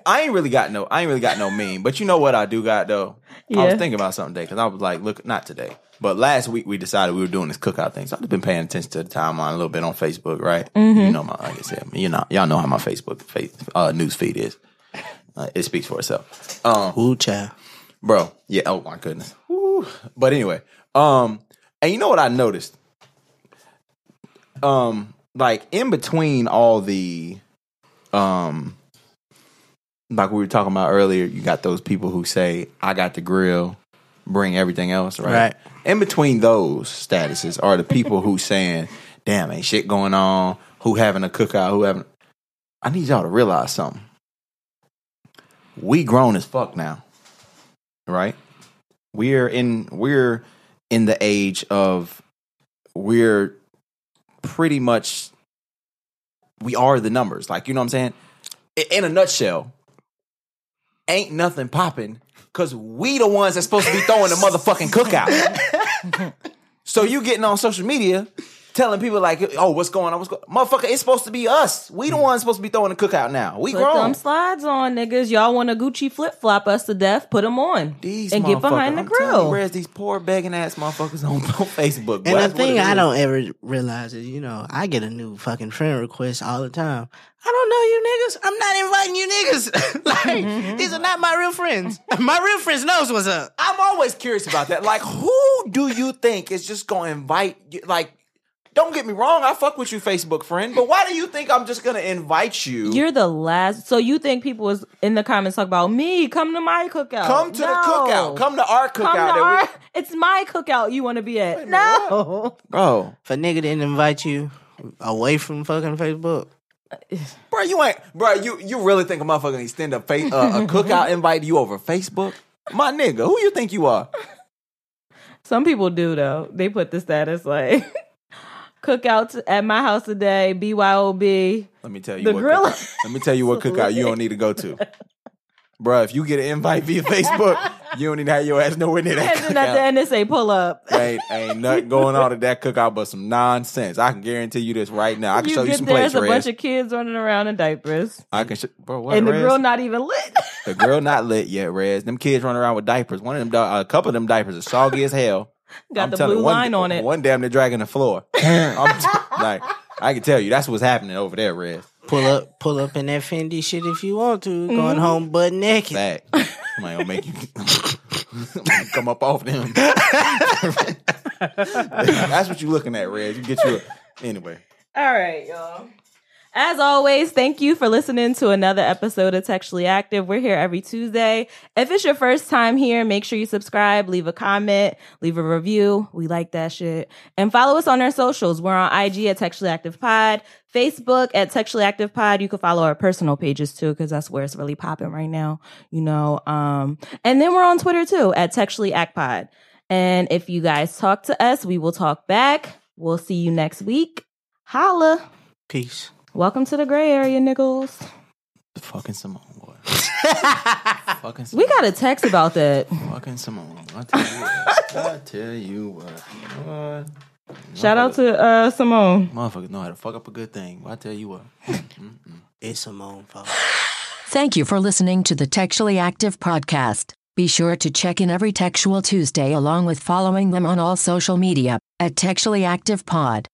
[SPEAKER 2] I ain't really got no, I ain't really got no meme. But you know what I do got though. I was
[SPEAKER 4] Yeah.
[SPEAKER 2] thinking about something today because I was like, look, not today, but last week we decided we were doing this cookout thing. So I've been paying attention to the timeline a little bit on Facebook, right? You know my, like I said, you know, y'all know how my Facebook face, uh, news feed is. Uh, it speaks for itself. Um,
[SPEAKER 3] Ooh, child.
[SPEAKER 2] bro. Yeah. Oh my goodness. Woo. But anyway, um, and you know what I noticed? Um, like in between all the, um, like we were talking about earlier, you got those people who say, "I got the grill, bring everything else." Right.
[SPEAKER 3] Right.
[SPEAKER 2] In between those statuses are the people who saying, "Damn, ain't shit going on." Who having a cookout? Who having? I need y'all to realize something. We grown as fuck now right? We're in we're in the age of we're pretty much we are the numbers. Like you know what I'm saying? I- In a nutshell, ain't nothing popping because we the ones that's supposed to be throwing the motherfucking cookout. so you getting on social media telling people like, oh, what's going on? What's going Motherfucker, it's supposed to be us. We the ones supposed to be throwing the cookout now. We
[SPEAKER 4] Put them
[SPEAKER 2] grown.
[SPEAKER 4] slides on, niggas. Y'all want a Gucci flip flop us to death? Put them on
[SPEAKER 2] These
[SPEAKER 4] and get behind
[SPEAKER 2] motherfuckers-
[SPEAKER 4] the
[SPEAKER 2] I'm telling you,
[SPEAKER 4] grill.
[SPEAKER 2] where's these poor begging ass motherfuckers on, on Facebook? bro.
[SPEAKER 3] And the
[SPEAKER 2] That's what
[SPEAKER 3] thing
[SPEAKER 2] it
[SPEAKER 3] I
[SPEAKER 2] is.
[SPEAKER 3] don't ever realize is, you know, I get a new fucking friend request all the time. I don't know you niggas. I'm not inviting you niggas. like,
[SPEAKER 2] Mm-hmm.
[SPEAKER 3] these are not my real friends. my real friends knows what's up.
[SPEAKER 2] I'm always curious about that. Like, who do you think is just gonna invite? You? Like, don't get me wrong, I fuck with you, Facebook friend, but why do you think I'm just gonna invite you?
[SPEAKER 4] You're the last. So you think people was in the comments talk about me? Come to my cookout.
[SPEAKER 2] come to the
[SPEAKER 4] No.
[SPEAKER 2] cookout. Come to our cookout.
[SPEAKER 4] Come to
[SPEAKER 2] that
[SPEAKER 4] our-
[SPEAKER 2] we-
[SPEAKER 4] It's my cookout you want to be at. No.
[SPEAKER 2] bro,
[SPEAKER 3] If a nigga didn't invite you away from fucking Facebook,
[SPEAKER 2] bro, you ain't, bro. You you really think a motherfucker gonna extend a fa- uh, a cookout invite to you over Facebook? My nigga, who you think you are?
[SPEAKER 4] Some people do though. They put the status like cookouts at my house today. BYOB.
[SPEAKER 2] Let me tell you
[SPEAKER 4] The
[SPEAKER 2] what.
[SPEAKER 4] grill-
[SPEAKER 2] cook- let me tell you what cookout you don't need to go to, bro. If you get an invite via Facebook, you don't need to have your ass nowhere near that
[SPEAKER 4] And
[SPEAKER 2] cookout.
[SPEAKER 4] then at the end they say pull up.
[SPEAKER 2] ain't ain't nothing going on at that cookout but some nonsense. I can guarantee you this right now. I can
[SPEAKER 4] you
[SPEAKER 2] show
[SPEAKER 4] get
[SPEAKER 2] you some
[SPEAKER 4] there,
[SPEAKER 2] places,
[SPEAKER 4] there's a
[SPEAKER 2] Rez.
[SPEAKER 4] bunch of kids running around in diapers,
[SPEAKER 2] I can, sh- bro. What,
[SPEAKER 4] and the
[SPEAKER 2] Rez?
[SPEAKER 4] grill not even lit.
[SPEAKER 2] the grill not lit yet, Rez. Them kids running around with diapers. One of them, di- a couple of them diapers are soggy as hell.
[SPEAKER 4] Got
[SPEAKER 2] I'm
[SPEAKER 4] the
[SPEAKER 2] telling
[SPEAKER 4] blue
[SPEAKER 2] you, one,
[SPEAKER 4] line on it.
[SPEAKER 2] One damn near dragging the floor. I'm t- like, I can tell you that's what's happening over there, Rez.
[SPEAKER 3] pull up, pull up in that Fendi shit if you want to. Going
[SPEAKER 2] Mm-hmm.
[SPEAKER 3] home butt naked.
[SPEAKER 2] Back. I'm like, gonna make you I'm gonna come up off them. that's what you looking at, Rez. You get you a- anyway.
[SPEAKER 4] All right, y'all. As always, thank you for listening to another episode of Textually Active. We're here every Tuesday. If it's your first time here, make sure you subscribe, leave a comment, leave a review. We like that shit. And follow us on our socials. We're on IG at Textually Active Pod, Facebook at Textually Active Pod. You can follow our personal pages too, because that's where it's really popping right now, you know. Um, and then we're on Twitter too at Textually Act Pod. And if you guys talk to us, we will talk back. We'll see you next week. Holla.
[SPEAKER 3] Peace.
[SPEAKER 4] Welcome to the gray area, Nichols.
[SPEAKER 2] Fucking Simone, boy. Fucking Simone.
[SPEAKER 4] We got a text about that.
[SPEAKER 2] Fucking Simone. I tell you what. I tell you what. what.
[SPEAKER 4] Shout out to uh, Simone.
[SPEAKER 2] Motherfuckers know how to fuck up a good thing. I tell you what.
[SPEAKER 3] It's Simone fault.
[SPEAKER 1] Thank you for listening to the Textually Active podcast. Be sure to check in every Textual Tuesday along with following them on all social media at Textually Active Pod.